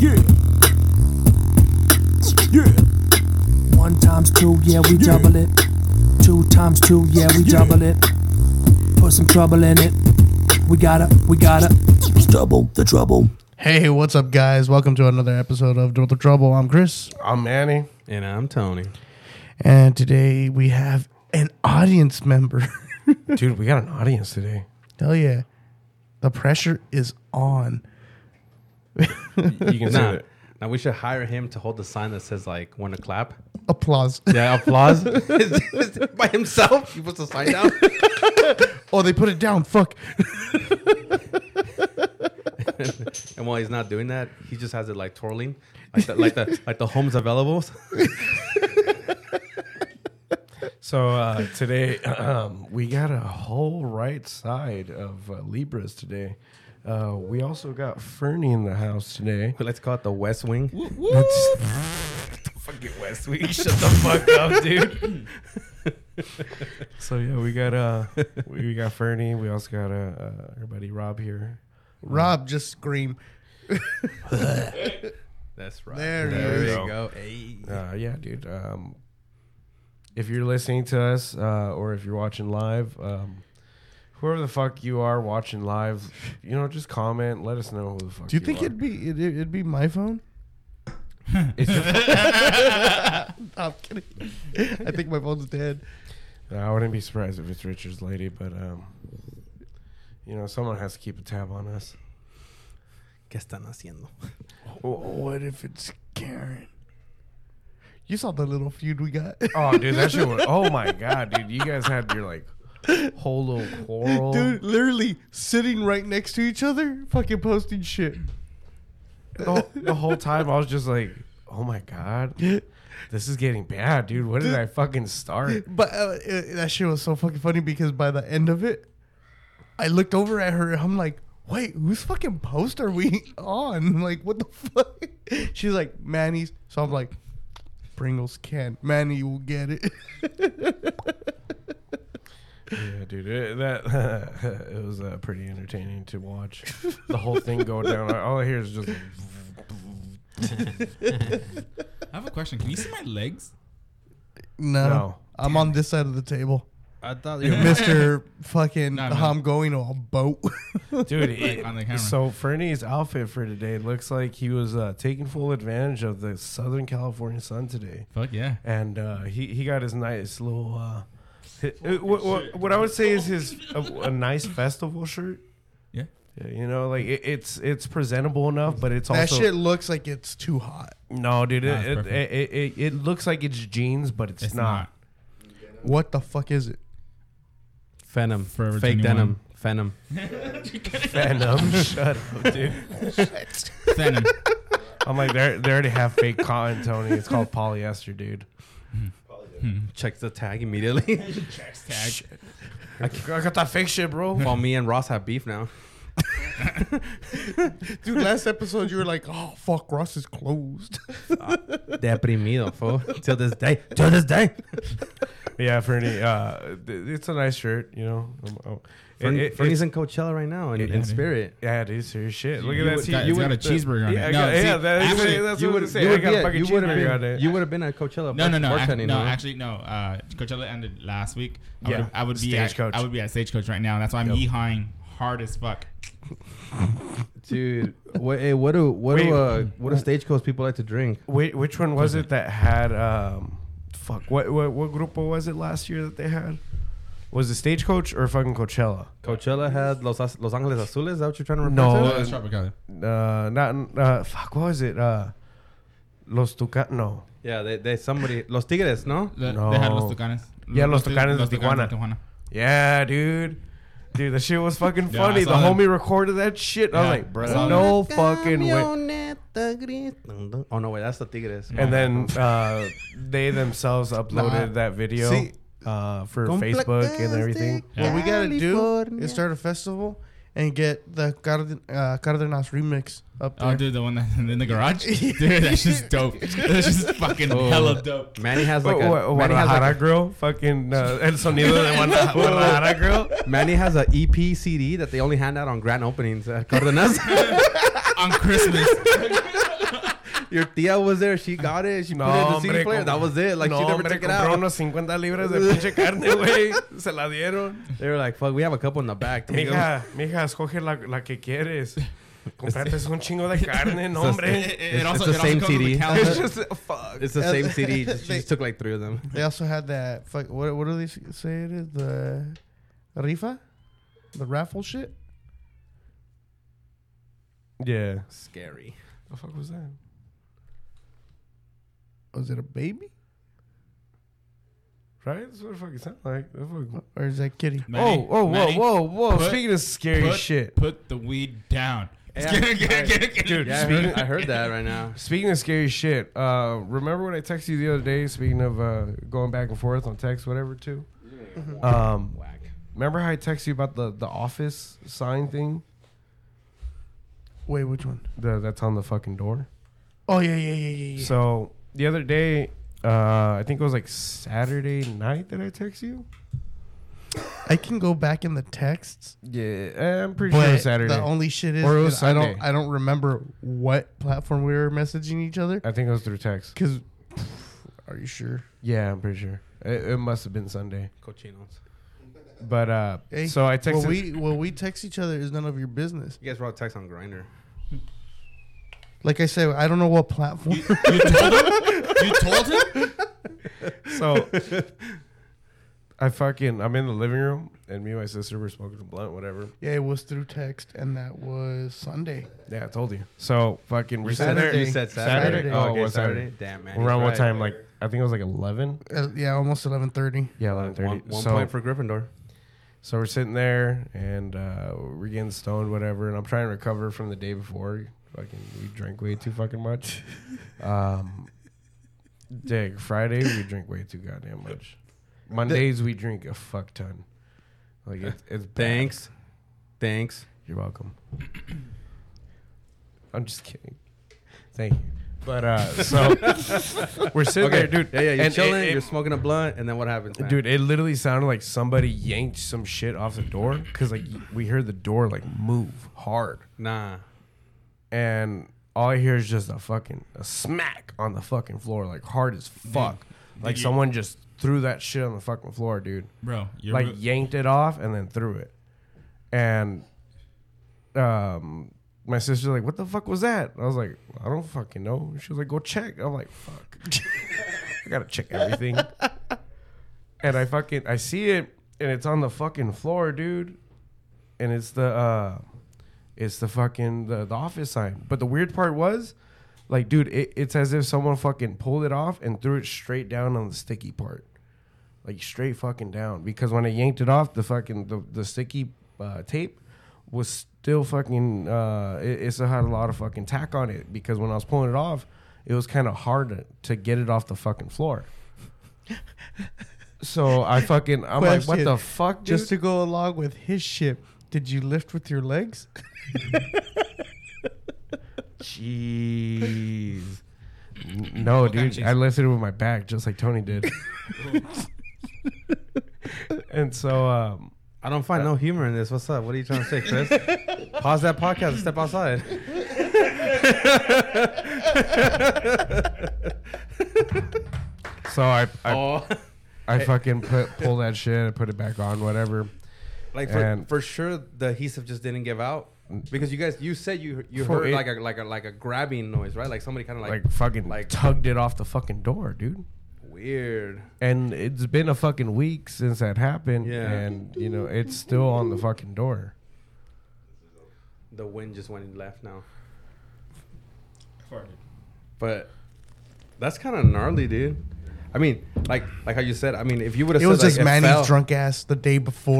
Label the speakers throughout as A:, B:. A: Yeah. Yeah.
B: One times two, yeah, we
A: Yeah.
B: double it. Two times two, yeah, we
A: Yeah.
B: double it. Put some trouble in it. We gotta, we gotta.
C: Double the trouble.
D: Hey, what's up, guys? Welcome to another episode of Double Trouble. I'm Chris,
A: I'm Manny.
E: And I'm Tony.
D: and today we have an audience member.
A: Dude, we got an audience today.
D: Hell yeah, the pressure is on.
A: You can say
E: Now,
A: that.
E: now we should hire him to hold the sign that says like "When to clap."
D: Applause.
E: Yeah, applause by himself. He puts the sign down.
D: Oh, they put it down. Fuck.
E: And while he's not doing that, he just has it like twirling, like the like the like the homes available.
A: So uh, today um, we got a whole right side of uh, Libras today. Uh, we also got Fernie in the house today.
E: We like to call it the West Wing.
A: That's
E: Fucking West Wing.
A: shut the fuck up, dude. so yeah, we got uh, we, we got Fernie. We also got uh, uh, our buddy Rob here.
D: Rob, just scream.
E: That's right.
D: There
A: There
D: he
A: we
D: is.
A: go.
E: Hey.
A: Uh, yeah, dude. Um, if you're listening to us uh, or if you're watching live, um, whoever the fuck you are watching live, you know, just comment. Let us know who the fuck.
D: Do you think
A: are.
D: it'd be it, it'd be my phone?
A: It's your-
D: I'm kidding. I think my phone's dead.
A: I wouldn't be surprised if it's Richard's lady, but um, you know, someone has to keep a tab on us.
E: ¿Qué están haciendo?
A: Oh,
D: What if it's Karen? You saw the little feud we got.
A: Oh, dude, that shit. Was, oh my god, dude, you guys had your like whole little quarrel.
D: Dude, literally sitting right next to each other, fucking posting shit.
A: The, the whole time I was just like, oh my god, this is getting bad, dude. What did I fucking start?
D: But uh, it- that shit was so fucking funny because by the end of it, I looked over at her. I'm like, wait, whose fucking post are we on? like, what the fuck? She's like, Manny's. So I'm like, Pringles can. Manny will get it.
A: Yeah, dude, it, that it was uh, pretty entertaining to watch the whole thing go down. All I hear is just
F: I have a question. Can you see my legs?
D: No.
A: No.
D: I'm on this side of the table.
E: I thought you
D: Mr. fucking,
F: No, no.
D: I'm going on a boat.
A: dude.
F: Like, on the camera.
A: so Fernie's outfit for today looks like he was uh, taking full advantage of the Southern California sun today,
F: Fuck yeah.
A: and uh, he he got his nice little. Uh, hi- uh, what, what, what I would say is his a, a nice festival shirt.
F: Yeah.
A: Yeah, You know, like it, it's it's presentable enough, but it's
D: that
A: also
D: shit looks like it's too hot.
A: no, dude.
F: Nah, it's
A: It, it,
F: perfect.
A: it, it, it looks like it's jeans, but it's,
F: It's
A: not.
F: not.
D: What the fuck is it?
E: Phenom.
F: Forever
E: Fake
F: 21.
E: denim. Phenom.
A: Venom, shut up, dude.
F: Phantom.
A: I'm like, they they already have fake cotton, Tony. It's called polyester, dude.
E: Checks the tag immediately.
F: Tag.
A: I, I got that fake shit, bro.
E: While me and Ross have beef now.
D: Dude, last episode you were like, oh, fuck, Ross is closed.
E: Deprimido, fool. Till this day. Till this day.
A: yeah, Fernie. Uh, th- it's a nice shirt, you know. Um, oh. It-
E: Fern,
A: it-
E: Fernie's
A: it's-
E: in Coachella right now in, in
F: dude.
E: spirit.
A: yeah, dude, serious shit. Look
F: You
A: at that.
F: would-
A: See,
F: that- it's got
A: would-
F: a cheeseburger on
A: yeah,
F: it.
A: I
F: No,
A: got- yeah,
F: see,
A: that's,
F: actually,
A: that's
E: you
A: what
E: would
A: I'm
E: have
A: saying. I got a fucking cheeseburger on
E: been,
A: it.
E: you would have been at
F: No,
E: Coachella. but
F: no, no.
E: work
F: ac-
E: hunting,
F: no,
E: huh?
F: actually, no. Uh, Coachella ended last week. I
A: Yeah.
F: would, I would be
A: Stagecoach.
F: at, I would be at Stagecoach right now. That's why I'm yeehawing hard as fuck.
E: dude. What, hey, what do what
A: Wait.
E: do uh, what do stagecoach people like to drink?
A: Wait, which one was it that had um, fuck? What what what grupo was it last year that they had? Was it Stagecoach or fucking Coachella?
E: Coachella had Los As- Los Angeles Azules. Is that what you're trying to refer
A: No.
E: to?
A: Uh,
F: That's Tropicana.
A: Uh, not uh, fuck. What was it? Uh, Los Tucanos. No.
E: Yeah, they, they somebody Los Tigres, no?
F: The-
A: No.
F: They had Los Tucanes.
A: Yeah, Los
F: Tu-
A: Tucanes
F: Los
A: de Tijuana.
F: Tucanes de Tijuana.
A: Yeah, dude. Dude, the shit was fucking
F: Yeah, I
A: funny. The
F: saw
A: homie
F: that.
A: recorded that shit. I was
F: Yeah,
A: like,
F: I saw
A: bro, no fucking way.
E: Camioneta gris. Dun, dun. Oh no, wait, that's the Tigres.
A: And then uh, they themselves uploaded that video
D: See-
A: uh, for Facebook and everything.
D: What we gotta do is start a festival and get the Card- uh, Cardenas remix up there.
F: Oh, dude, the one that in the garage. dude, that's just dope. That's just fucking
E: Oh.
F: hella dope.
E: Manny has
A: What,
E: like a
A: what,
E: Manny has
A: Guadalajara
E: like
A: grill? Fucking uh, El Sonido de Guadalajara- Guadalajara grill?
E: a, Manny has a E EP CD that they only hand out on grand openings at Cardenas.
F: on Christmas.
E: Your tia was there. She got it. She put it in the CD
A: hombre,
E: player. That
A: com-
E: was it. Like
A: no,
E: she never
A: hombre,
E: took it
A: compró
E: out.
A: unas 50 libras de pinche carne, güey. Se la dieron.
E: They were like, "Fuck, we have a couple in the back." There you go.
A: Mija, mija, escoge la, la que quieres. Comprate un chingo de carne, no, hombre.
F: It, it
E: It's-
F: also,
E: it's
F: it also
E: the same
F: comes with
E: CD.
F: a calendar.
A: It's just, fuck.
E: It's the same CD. Just, she just took like three of them.
D: They also had that. Fuck, what, what do they s- say it is? The rifa? The raffle shit?
A: Yeah.
E: Scary.
A: The fuck was that?
D: Was it a baby?
A: Right? That's what it fucking sounded like. That fucking-
D: Or is that kitty?
F: Manny,
A: oh, oh,
F: Manny,
A: whoa, whoa, whoa.
F: put-
A: Speaking of scary
F: put,
A: shit.
F: Put the weed down.
E: Yeah,
A: Dude,
E: Yeah, I
A: speaking,
E: heard, I heard that right now.
A: Speaking of scary shit, uh, remember when I texted you the other day? Speaking of uh, going back and forth on text, whatever, too. Um,
E: Whack.
A: remember how I texted you about the, the office sign thing
D: Wait, which one?
A: the, that's on the fucking door?
D: Oh, yeah, yeah, yeah, yeah. yeah.
A: So the other day, uh, I think it was like Saturday night that I text you.
D: I can go back in the texts.
A: Yeah, I'm pretty
D: But
A: sure it was Saturday.
D: the only shit is
A: Or it was
D: that I don't
A: Sunday.
D: I don't remember what platform we were messaging each other.
A: I think it was through text.
D: Cause are you sure?
A: Yeah, I'm pretty sure. It, it must have been Sunday.
E: Cochinos.
A: But uh,
D: Hey,
A: so I texted.
D: Well, we well we text each other is none of your business.
E: You guys wrote text on Grinder.
D: Like I said, I don't know what platform.
F: You told him? You told him?
A: So I fucking I'm in the living room and me and my sister were smoking a blunt, whatever.
D: yeah, it was through text, and that was Sunday.
A: Yeah, I told you. So fucking we're sitting
D: Saturday.
A: there.
E: You said Saturday.
A: Saturday.
E: Oh,
A: Oh,
E: okay,
A: what
E: Saturday.
A: Saturday?
E: Damn man.
A: Around
E: he's
A: what
E: right.
A: time? Like I think it was like eleven.
D: Uh, yeah, almost eleven thirty.
A: Yeah, eleven
E: One,
A: thirty.
E: one
A: So,
E: point for Gryffindor.
A: so we're sitting there and uh, we're getting stoned, whatever. And I'm trying to recover from the day before. Fucking, we drank way too fucking much. Um, dig Friday we drink way too goddamn much. Mondays we drink a fuck ton. Like it's it's bad.
E: Thanks. Thanks.
A: You're welcome. I'm just kidding. Thank you. But uh, so we're sitting there, dude.
E: Yeah, yeah. You're
A: and it-
E: chilling.
A: it-
E: you're smoking a blunt, and then what happens, man?
A: dude. It literally sounded like somebody yanked some shit off the door because like we heard the door like move hard,
E: Nah.
A: and all I hear is just a fucking a smack on the fucking floor, like hard as fuck. like
F: you-
A: someone just threw that shit on the fucking floor, dude.
F: Bro, you're
A: like yanked it off and then threw it. And um my sister's like, "What the fuck was that?" I was like, "I don't fucking know." She was like, "Go check." I'm like, "Fuck." I got to check everything. and I fucking I see it and it's on the fucking floor, dude. And it's the uh it's the fucking the, the office sign. But the weird part was like, dude, it, it's as if someone fucking pulled it off and threw it straight down on the sticky part like straight fucking down because when I yanked it off, the fucking the, the sticky uh, tape was still fucking. Uh, it, it still had a lot of fucking tack on it because when I was pulling it off, it was kind of hard to, to get it off the fucking floor. so I fucking I'm like, what
D: Question.
A: the fuck, dude?
D: Just to go along with his ship, did you lift with your legs?
A: Jeez. N- No,
F: kind
A: dude.
F: of
A: I
F: cheese?
A: lifted it with my back just like Tony did. and so um
E: I don't find no humor in this. What's up? What are you trying to say, Chris? Pause that podcast and step outside.
A: so I I
E: Oh,
A: I fucking put pull that shit and put it back on, whatever.
E: like for,
A: And-
E: for sure the adhesive just didn't give out because you guys you said you you
A: For
E: heard
A: it-
E: like a like a like a grabbing noise, right? Like somebody kind of like,
A: Like, fucking
E: like-
A: tugged it off the fucking door, dude.
E: weird.
A: And it's been a fucking week since that happened.
E: Yeah.
A: And you know, it's still on the fucking door.
E: The wind just went left now. But that's kind of gnarly, dude. I mean, like like how you said. I mean, if you would have
D: It
E: said
D: was
E: like,
D: just Manny's
E: fell-
D: drunk ass the day before,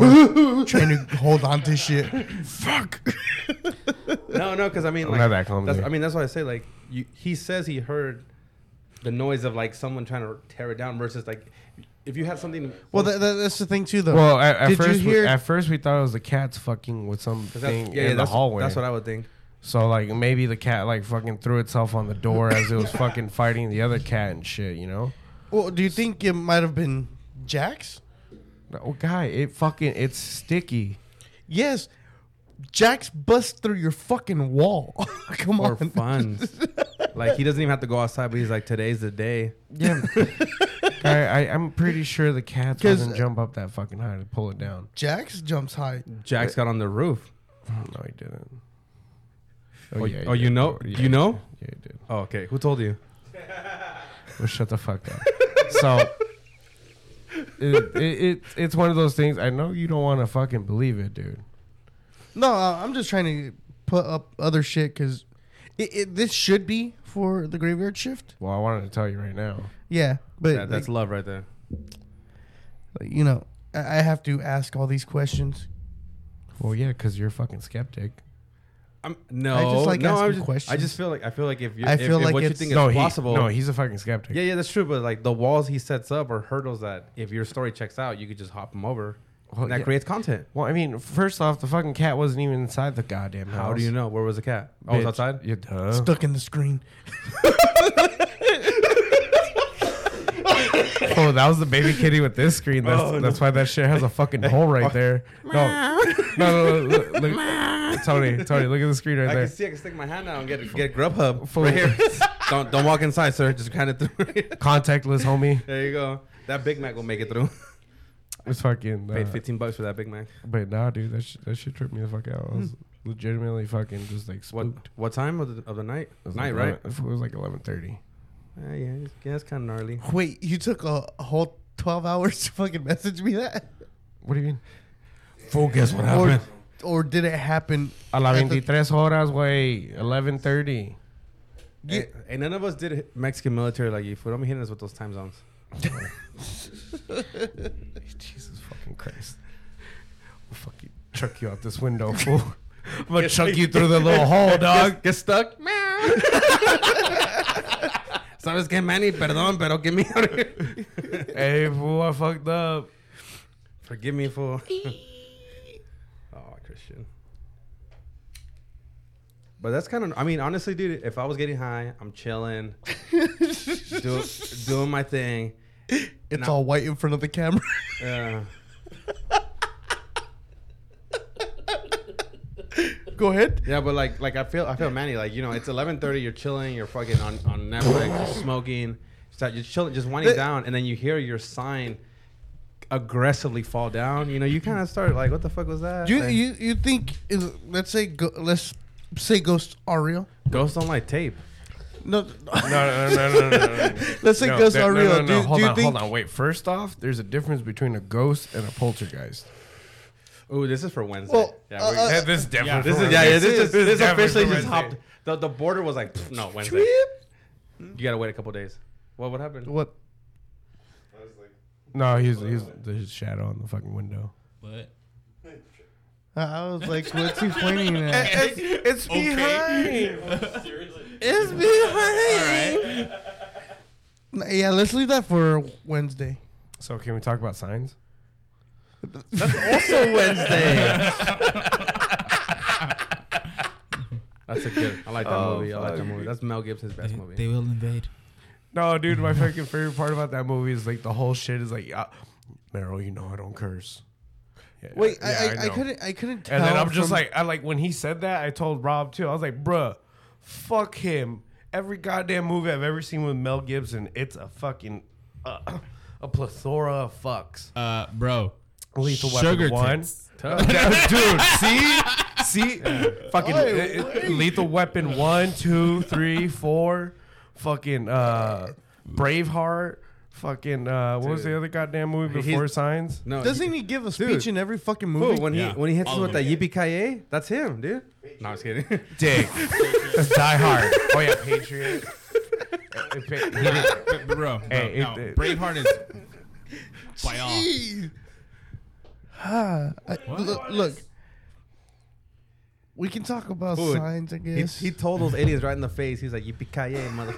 D: trying to hold on to shit.
E: No, no, because I mean,
A: I'm
E: like,
A: not that calm,
E: that's,
A: dude.
E: I mean, that's why I say like you, he says he heard the noise of like someone trying to tear it down versus like if you had something.
D: Well, that, that, that's the thing too, though.
A: Well, at, at
D: Did you
A: first,
D: hear-
A: we, at first we thought it was the cats fucking with
E: 'cause that's-
A: something
E: yeah, yeah,
A: in the
E: that's,
A: hallway.
E: That's what I would think.
A: so like maybe the cat like fucking threw itself on the door as it was fucking fighting the other cat and shit, you know?
D: well, do you think it might have been Jax?
A: Oh, guy, it fucking it's sticky.
D: Yes. Jax bust through your fucking wall. Come
E: Or
D: on.
E: fun. Like he doesn't even have to go outside, but he's like, today's the day.
A: Yeah. I, I, I'm pretty sure the cats
D: 'Cause-
A: doesn't jump up that fucking high to pull it down.
D: Jax jumps high.
E: Jack's got on the roof.
A: No, he didn't.
E: Mm. Oh,
A: yeah, he
E: oh, you
A: did.
E: know-
A: Yeah,
E: you
A: he
E: know?
A: did. Yeah, he did.
E: Oh, okay. Who told you?
A: Well, shut the fuck up. so it, it, it it's one of those things. I know you don't want to fucking believe it, dude.
D: No, uh, I'm just trying to put up other shit because it, it, this should be for the graveyard shift.
A: Well, I wanted to tell you right now.
D: Yeah, but
E: That- that's love right there.
D: like, you know, I, I have to ask all these questions.
A: Well, yeah, because you're a fucking skeptic.
E: I'm no.
D: I just like
E: no,
D: asking
E: I'm just, I
D: questions.
E: just feel like I feel like if you
D: I
E: if,
D: feel
E: if
D: like
E: what you
D: it's-
E: think
A: no,
E: is
A: he-
E: possible.
A: no, he's a fucking skeptic.
E: yeah, yeah, that's true. But like the walls he sets up are hurdles that if your story checks out, you could just hop them over.
A: Well,
E: and that
A: yeah.
E: creates content.
A: Well, I mean, first off, the fucking cat wasn't even inside the goddamn house.
E: How do you know? Where was the cat? Oh, it was
A: Bitch,
E: outside.
A: You duh.
D: Stuck in the screen.
A: Oh, that was the baby kitty with this screen. That's,
E: Oh, no.
A: that's why that shit has a fucking hole right there. No, no, no, no, look, look, Tony, Tony, look at the screen right
E: I
A: there.
E: can see. I can stick my hand out and get get Grubhub
A: Full-
E: right here. don't don't walk inside, sir. Just kind of through. it.
A: Contactless, homie.
E: there you go. That Big Mac will make it through.
A: It's fucking.
E: Paid
A: uh,
E: fifteen bucks for that Big Mac.
A: But nah, dude, that shit, that shit tripped me the fuck out. I was legitimately fucking just like
E: What
A: spooked.
E: what time of the, of the night?
A: It was
E: Night,
A: like
E: right?
A: 11 It was like eleven thirty.
E: Yeah, yeah, it's- yeah, it's kind of gnarly.
D: Wait, you took a whole 12 hours to fucking message me that?
A: What do you mean? Fool, guess what
D: Or, or did it happen?
A: A la
D: at the-
A: 23 horas, way Eleven thirty.
E: Hey, hey, none of us did Mexican military like you. Fool, don't be hitting us with those time zones.
A: Jesus fucking Christ. I'll fucking chuck you out this window, fool. I'm gonna chuck you through the
D: Oh,
A: little hole, dog.
E: Get stuck. Meow. Sabes que Manny, perdón, pero get me out of here.
A: hey, fool, I fucked up.
E: Forgive me for. oh, Christian. But that's kind of. I mean, honestly, dude, if I was getting high, I'm chilling, do, doing my thing.
D: It's
E: No.
D: all white in front of the camera.
E: Uh,
D: Go ahead.
E: yeah, but like, like I feel, I feel Manny. Like, you know, it's 11:30. You're chilling. You're fucking on on Netflix, you're smoking. Start, you're chilling, just winding
D: That-
E: down, and then you hear your sign aggressively fall down. You know, you kind of start like, what the fuck was that?
D: Do you,
E: Like,
D: you, you think, is- let's say, go, let's say ghosts are real?
E: ghosts don't like tape.
D: No,
A: No, no, no, no, no, no. no.
D: let's say
A: No,
D: ghosts
A: that-
D: are
A: no,
D: real.
A: No, no,
D: do,
A: Hold
D: do you
A: on,
D: think,
A: hold on. Wait. First off, there's a difference between a ghost and a poltergeist.
E: Ooh, this is for Wednesday.
D: Well,
E: yeah,
D: uh,
E: we're-
D: uh,
A: this is
F: yeah,
E: This is yeah, yeah this is this officially just hopped. The, the border was like "Pfft, no Wednesday. You gotta wait a couple days. What what happened?
D: What?
A: No, he's he's there's his shadow on the fucking window.
F: But
D: I- I was like, what's he pointing at?
A: It's
D: It's behind. Yeah, let's leave that for Wednesday.
A: So can we talk about signs?
E: Also Wednesday. That's a good. I like that movie. I like that movie. That's Mel Gibson's best movie.
F: they will invade.
A: No, dude, my fucking favorite part about that movie is like the whole shit is like, uh, Meryl, you know I don't curse. Yeah,
D: Wait,
A: yeah,
D: I, I, I,
A: know.
D: couldn't, I couldn't. Tell
A: And then I'm just
D: from-
A: like, I like when he said that, I told Rob too. I was like, bruh, fuck him. Every goddamn movie I've ever seen with Mel Gibson, it's a fucking uh, a plethora of fucks.
F: Uh, bro.
A: Lethal Weapon
F: Sugar
A: One.
F: tits.
A: dude. See, see, fucking uh, uh, Lethal Weapon one, two, three, four, fucking uh, Braveheart, fucking uh, what was the
E: Dude.
A: other goddamn movie
E: He's-
A: before Signs?
E: No,
D: doesn't he give a speech
E: Dude.
D: in every fucking
E: Fool,
D: movie?
E: when he
F: Yeah.
E: when he hits us
F: All
E: with
F: of
E: that
F: them.
E: yippee ki that's him, dude. No, I was kidding.
A: Dick. That's Die Hard. Oh yeah, Patriot. Uh, pa- he
F: Bro,
A: did-
F: bro,
A: Hey,
F: no,
A: it- it-
F: Braveheart is by all.
D: Ah, I- look, look. we can talk about
E: Fool,
D: signs, I
E: He,
D: guess.
E: he told those aliens right in the face. He's like yippee ki mother.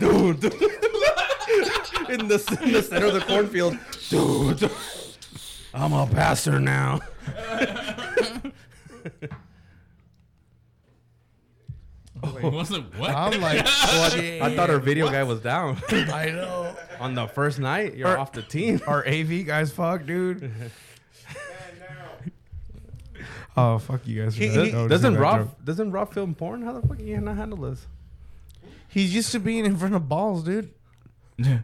E: dude, dude. in, the, in the center of the cornfield, dude. I'm a pastor now.
F: What's the what?
D: I'm like,
E: I thought our video guy was down
D: I know.
E: on the first night. You're
A: Or-
E: off the team.
A: Our AV guys, fuck, dude. Oh fuck you guys! for
D: He-
A: not
D: he-
A: noticing
E: Doesn't
A: that
E: Rob
A: joke.
E: doesn't Rob film porn? How the fuck you not handle this?
D: He's used to being in front of balls, dude.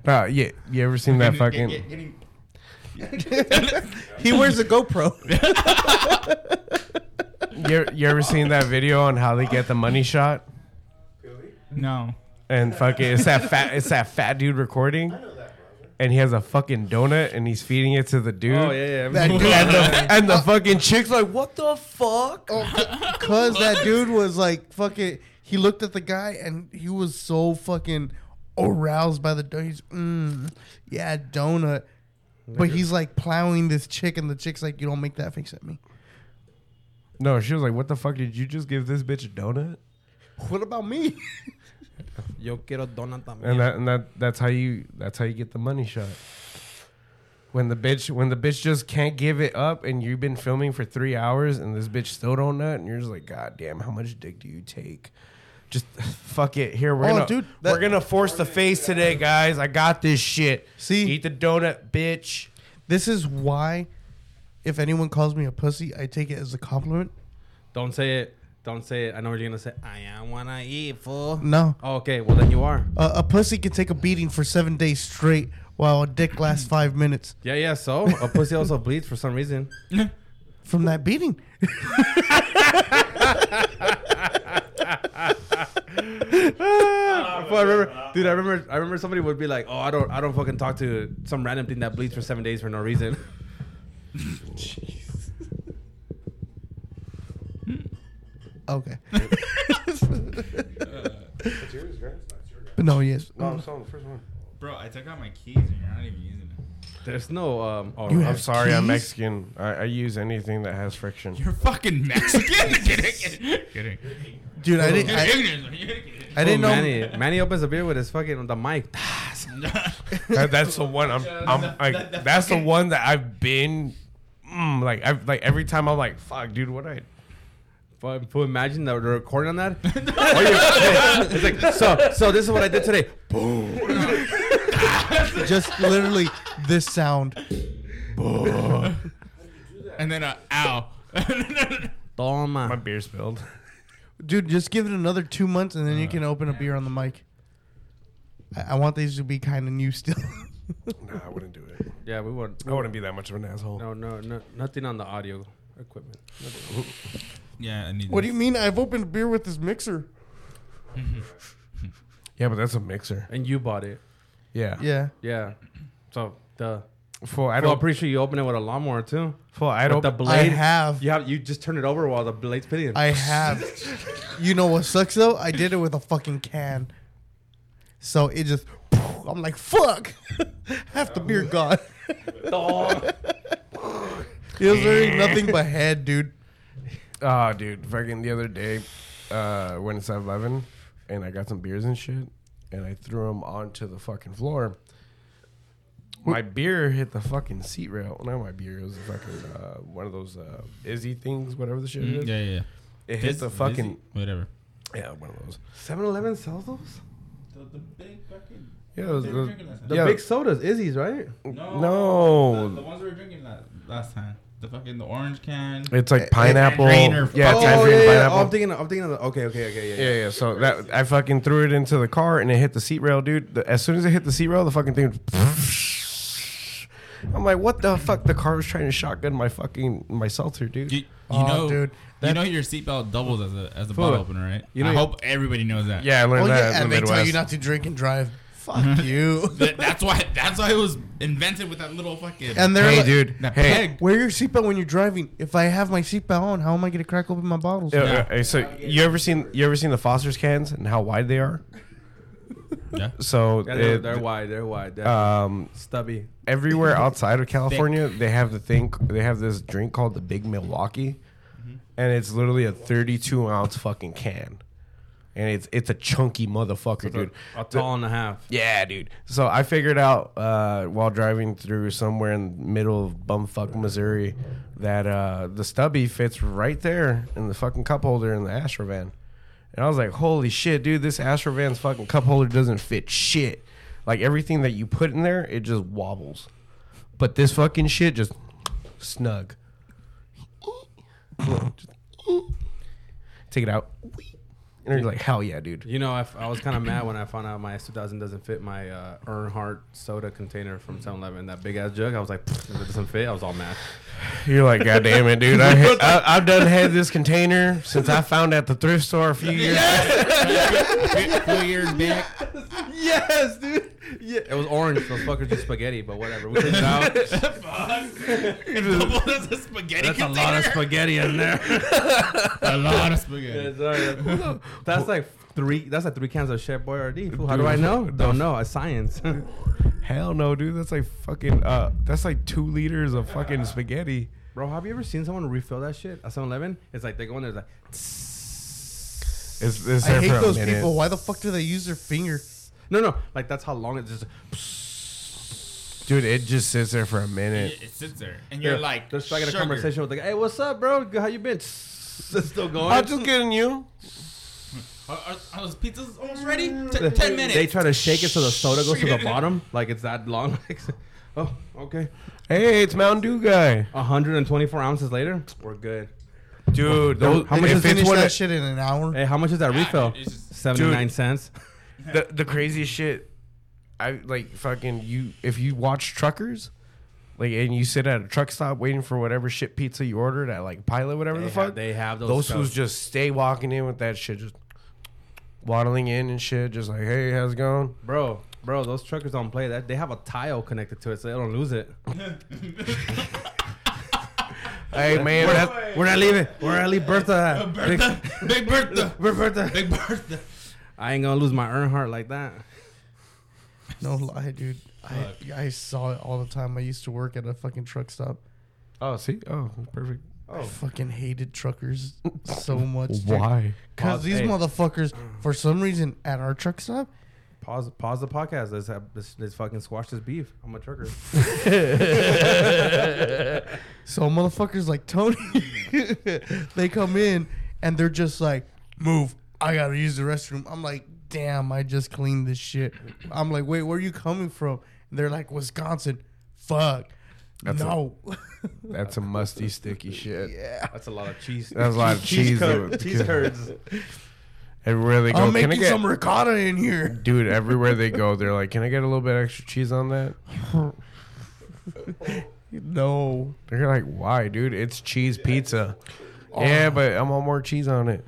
A: Uh, yeah, you ever seen that fucking?
D: He wears a GoPro.
A: You, you ever seen that video on how they get the money shot?
F: No.
A: And fucking, it's that fat, it's that fat dude recording, and he has a fucking donut and he's feeding it to the dude.
E: Oh yeah, yeah.
A: And the, and the fucking chick's like, "What the fuck?"
D: Cause that dude was like fucking. He looked at the guy and he was so fucking aroused by the donut. He's mm, yeah donut, but he's like plowing this chick and the chick's like, you don't make that face at me.
A: No, she was like, "What the fuck did you just give this bitch a donut?"
D: What about me?
E: Yo quiero donut también.
A: And that and that that's how you that's how you get the money shot. When the bitch when the bitch just can't give it up and you've been filming for three hours and this bitch still don't nut and you're just like, God damn, how much dick do you take? Just fuck it. Here we're
D: Oh,
A: gonna
D: dude,
A: we're
D: that-
A: gonna force the face today, guys. I got this shit.
D: See?
A: eat the donut, bitch.
D: This is why, if anyone calls me a pussy, I take it as a compliment.
E: Don't say it. Don't say it. I know what you're gonna say. I am wanna eat fool. Oh,
D: No,
E: okay, well then you are.
D: a a pussy can take a beating for seven days straight, while a dick lasts five minutes
E: Yeah, yeah. So a pussy also bleeds for some reason.
D: from that beating.
E: Well, I remember, dude. I remember. I remember somebody would be like, "Oh, I don't, I don't fucking talk to some random thing that bleeds for seven days for no reason."
D: Okay. no, yes.
A: Oh.
F: Bro, I took out my keys and you're not even using them.
E: There's no. Um, oh,
A: I'm sorry, I'm
D: keys?
A: Mexican. I, I use anything that has friction.
F: You're fucking Mexican. kidding, kidding,
D: Dude, I didn't. I,
F: kidding.
D: I didn't know.
E: oh, Manny, Manny opens a beer with his fucking the mic.
A: That- that's the one I'm, I'm like that's the one that I've been mm, like I've like every time I'm like fuck dude what I
E: Fuck, fool, imagine the the recording on that. Oh, yeah. It's like, so, so this is what I did today.
D: Just literally this sound.
F: And then, uh, ow.
A: my
E: Toma.
A: beer spilled.
D: Dude, just give it another two months and then
A: Uh.
D: you can open a beer on the mic. I, I want these to be kind of new still.
A: nah, I wouldn't do it.
E: Yeah, we would.
A: I wouldn't be that much of an asshole.
E: No, no, no, nothing on the audio equipment.
F: Yeah, I need
D: what do you mean? I've opened a beer with this mixer.
A: Yeah, but that's a mixer.
E: And you bought it.
A: Yeah.
D: Yeah.
E: Yeah. So the.
A: Full I'd
E: Well, I'm
A: op-
E: pretty sure you open it with a lawnmower too.
A: full I'd
E: With the
A: open
E: blade.
D: I have.
E: You have. You just turn it over while the blade's spinning.
D: I have. you know what sucks though? I did it with a fucking can. So it just. I'm like, fuck! Half the beer gone.
E: Toma.
D: It was literally nothing but head, dude.
A: Ah, dude, fucking the other day, uh, when it's at 11, and I got some beers and shit, and I threw them onto the fucking floor. My beer hit the fucking seat rail. Not my beer, it was fucking uh, one of those uh, Izzy things, whatever the shit it
E: Mm-hmm.
F: Yeah,
A: is.
F: Hmm? yeah, yeah.
A: It hit the fucking.
F: Whatever.
A: Yeah, one of those.
E: 7-Eleven sells those.
F: The, big fucking.
A: Yeah, those,
F: They were
A: those-
F: drinking last night.
E: The
A: yeah,
E: big sodas, Izzy's, right?
A: No.
F: The, the ones we were drinking last, last time. The fucking the orange can.
A: It's like pineapple.
F: tangerine or-
A: yeah,
E: oh,
A: tangerine
E: yeah, yeah.
A: pineapple.
E: Oh, I'm thinking. I'm thinking. Of the, okay, okay, okay, yeah. yeah.
A: Yeah, yeah. So that I fucking threw it into the car and it hit the seat rail, dude. The, as soon as it hit the seat rail, the fucking thing. I'm like, what the fuck? The car was trying to shotgun my fucking my seltzer, dude.
F: You, you
D: Oh,
F: know,
D: dude,
F: you
D: that-
F: know your seatbelt doubles as a as a butt opener, right?
A: You know-
F: I hope everybody knows that.
A: yeah, I learned
D: Oh
A: that
D: yeah,
A: in
D: and
A: the
D: they tell
A: Midwest.
D: you not to drink and drive. Fuck you.
F: That- that's why. That's why it was invented with that little fucking.
D: And they're
A: hey,
D: like,
A: dude.
F: that
A: hey.
F: peg.
D: wear your seatbelt when you're driving. If I have my seatbelt on, how am I gonna crack open my bottles?
A: Yeah, yeah, hey, so you ever seen you ever seen the Foster's cans and how wide they are?
F: Yeah.
A: So
E: Yeah, Uh, they're,
A: it-
E: they're wide. They're wide. They're
A: um,
E: stubby.
A: everywhere outside of California, they have the thing. They have this drink called the Big Milwaukee,
E: Mm-hmm.
A: and it's literally a 32 ounce fucking can, and it's it's a chunky motherfucker, dude.
E: A tall and a half.
A: yeah, dude. So I figured out uh, while driving through somewhere in the middle of bumfuck Missouri that uh, the stubby fits right there in the fucking cup holder in the Astro van. And I was like, holy shit, dude, this Astro van's fucking cup holder doesn't fit shit. Like everything that you put in there, it just wobbles. But this fucking shit just snug. Just Take it out. And you're like, hell yeah, dude.
E: You know, I, f- I was kind of mad when I found out my S2000 doesn't fit my uh, Earnhardt soda container from
F: Mm.
E: 7-Eleven. That big ass jug. I was like, "Pfft, if it doesn't fit. I was all mad.
A: You're like, God damn it, dude. I, I, I've done had this container since I found at the thrift store a few years
F: Four years back.
E: Yes, dude. Yeah, it was orange. Those fuckers do spaghetti, but whatever. We took it out.
F: Double as a spaghetti
E: That's a lot of spaghetti in there.
F: A lot of spaghetti.
E: that's like three. That's like three cans of Chef Boyardee. Fool, How do I know? Don't know. It's science.
A: Hell no, dude. That's like fucking. Uh, that's like two liters of fucking spaghetti.
E: Bro, have you ever seen someone refill that shit at 7-Eleven? It's like they go in there, it's like.
A: It's, it's
D: I
A: there
D: hate
A: for a
D: those
A: minute.
D: people. Why the fuck do they use their finger?
E: No, no, like that's how long it just.
A: dude. It just sits there for a minute.
F: It sits there, and you're like,
E: just like in a
F: sugar.
E: conversation with like, hey, what's up, bro? How you been? It's still going.
A: I'm just getting you.
F: Are, are, are those pizzas almost ready? T- Ten minutes.
E: They try to shake it so the soda goes to the bottom, like it's that long. oh, okay.
A: Hey, it's Mountain Dew guy,
E: 124 ounces later, we're good.
A: dude. Those, how
E: How
A: much
E: much
D: They
E: is
A: if
D: finish
A: it's one
D: that
A: of,
D: shit in an hour.
E: Hey, how much is that refill?
F: it's just-
E: 79
A: Dude.
E: cents.
A: the the craziest shit? I like fucking you. If you watch truckers, like, and you sit at a truck stop waiting for whatever shit pizza you ordered at like Pilot, whatever
E: They
A: the
E: have-
A: fuck,
E: they have those
A: Those
E: stuff.
A: fools just stay walking in with that shit, just waddling in and shit, just like, hey, how's it going?
E: Bro, bro, those truckers don't play that. They have a tile connected to it, so they don't lose it.
A: Hey man,
E: Where
A: that's,
E: I- where I leave it? Where I leave Bertha? at?
F: Bertha, Big Bertha,
E: Big- Bertha.
F: Big Bertha.
E: I ain't gonna lose my Earnhardt like that.
D: No lie, dude. I, I saw it all the time. I used to work at a fucking truck stop.
A: oh see, oh perfect.
D: I fucking hated truckers so much. Because
E: Pause.
D: these
E: Hey.
D: motherfuckers, for some reason, at our truck stop,
E: Pause. Pause the podcast. Let's have, let's, let's fucking squash this beef. I'm a trucker.
D: so motherfuckers like Tony, they come in and they're just like, move. I gotta use the restroom. I'm like, damn, I just cleaned this shit. I'm like, wait, where are you coming from? And they're like, Wisconsin. Fuck. no.
A: That's a musty, sticky shit.
D: yeah.
E: That's a lot of cheese.
A: That's a lot of cheese.
E: curd-
A: that-
E: cheese curds.
A: It really
D: I'm
A: go. Can I
D: making
A: get,
D: some ricotta in here.
A: dude? Everywhere they go, they're like, "Can I get a little bit extra cheese on that?"
D: No.
A: They're like, "Why, dude? It's cheese pizza."
D: Oh.
A: Yeah, but I want more cheese on it,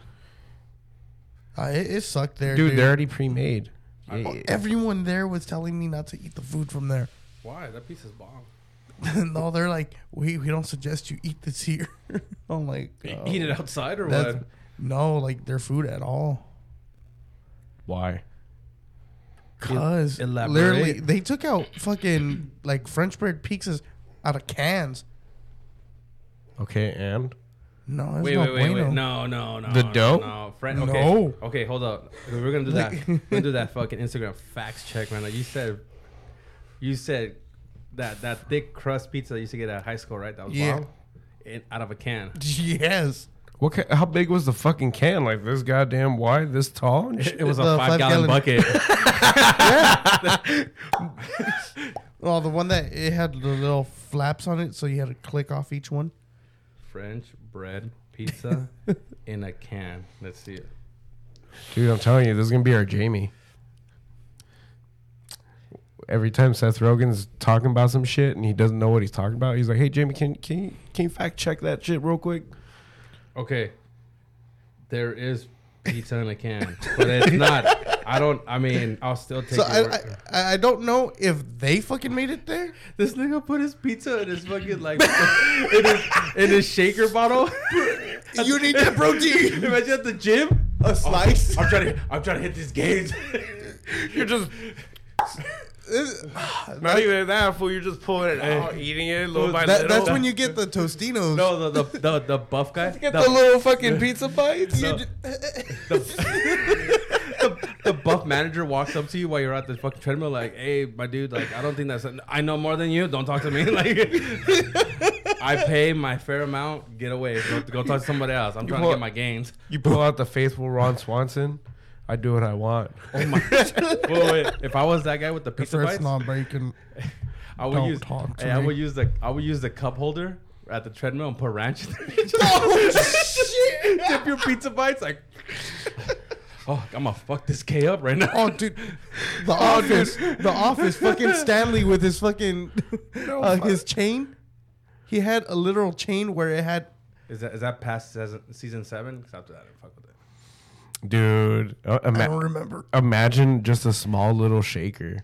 D: Uh, it, it sucked there,
A: dude.
D: dude.
A: They're already pre-made.
D: Oh,
A: Yeah.
D: Everyone there was telling me not to eat the food from there.
E: Why? That piece is bomb.
D: no, they're like, we we don't suggest you eat this here. I'm like, oh,
E: Eat it outside or
D: that's-
E: what?
D: no, like their food at all.
A: Why?
D: Cause
E: elaborate.
D: literally they took out fucking like French bread pizzas out of cans.
A: Okay, and
D: No, there's
E: Wait,
D: no
E: wait, wait,
D: bueno.
E: wait. No, no, no.
A: The
E: no,
A: dough?
E: No, French. Okay.
D: No.
E: Okay, hold up. We're gonna do that. We're gonna do that fucking Instagram facts check, man. Like you said, you said that that thick crust pizza you used to get at high school, right? That was
D: Yeah.
E: bomb. In, out of a can.
D: Yes.
A: what? Ca- how big was the fucking can? Like this goddamn wide, this tall? and shit?
E: It was a
D: The
E: five, gallon,
D: five-gallon-
E: bucket.
D: Oh, the one that it had the little flaps on it, so you had to click off each one.
E: French bread pizza in a can. Let's see it.
A: Dude, I'm telling you, this is gonna be our Jamie. Every time Seth Rogen's talking about some shit and he doesn't know what he's talking about, he's like, "Hey, Jamie, can can you, can you fact check that shit real quick?"
E: Okay. There is pizza in a can, but it's not. I don't. I mean, I'll still take.
D: So
E: your
D: I,
E: word-
D: I I- I don't know if they fucking made it there.
E: This nigga put his pizza in his fucking like in his in his shaker bottle.
D: You need that protein.
E: Imagine at the gym.
D: A slice.
E: I'm trying to I'm trying to hit these gains.
A: You're just not even that fool. You're just pulling it out, eating it little by
D: That, that's when you get the Tostinos.
E: no, the the the, the buff guy.
D: Get the little fucking pizza bites. You
E: No.
D: ju-
E: the, the buff manager walks up to you while you're at the fucking treadmill, like, "Hey, my dude, like, I don't think that's. I know more than you. Don't talk to me. Like, I pay my fair amount. Get away. Go, go talk to somebody else. I'm trying to
A: pull-
E: get my gains.
A: you pull out the faithful Ron Swanson. I do what I want.
E: Oh my. wait, wait. If I was that guy with the pizza
D: First
E: bites,
D: non breaking.
E: I would
D: Don't
E: use.
D: talk to
E: hey, I
D: me.
E: would use the. I would use the cup holder at the treadmill and put ranch. in there. shit! Dip your pizza bites like. Oh, I'm gonna fuck this K up right now.
D: Oh, dude, the
A: Oh,
D: office, the office, fucking Stanley with his fucking uh, his chain. He had a literal chain where it had.
E: Is that is that past season, season seven? Because after that, I didn't fuck with it.
A: dude. uh,
D: I
A: ima-
D: don't remember.
A: imagine just a small little shaker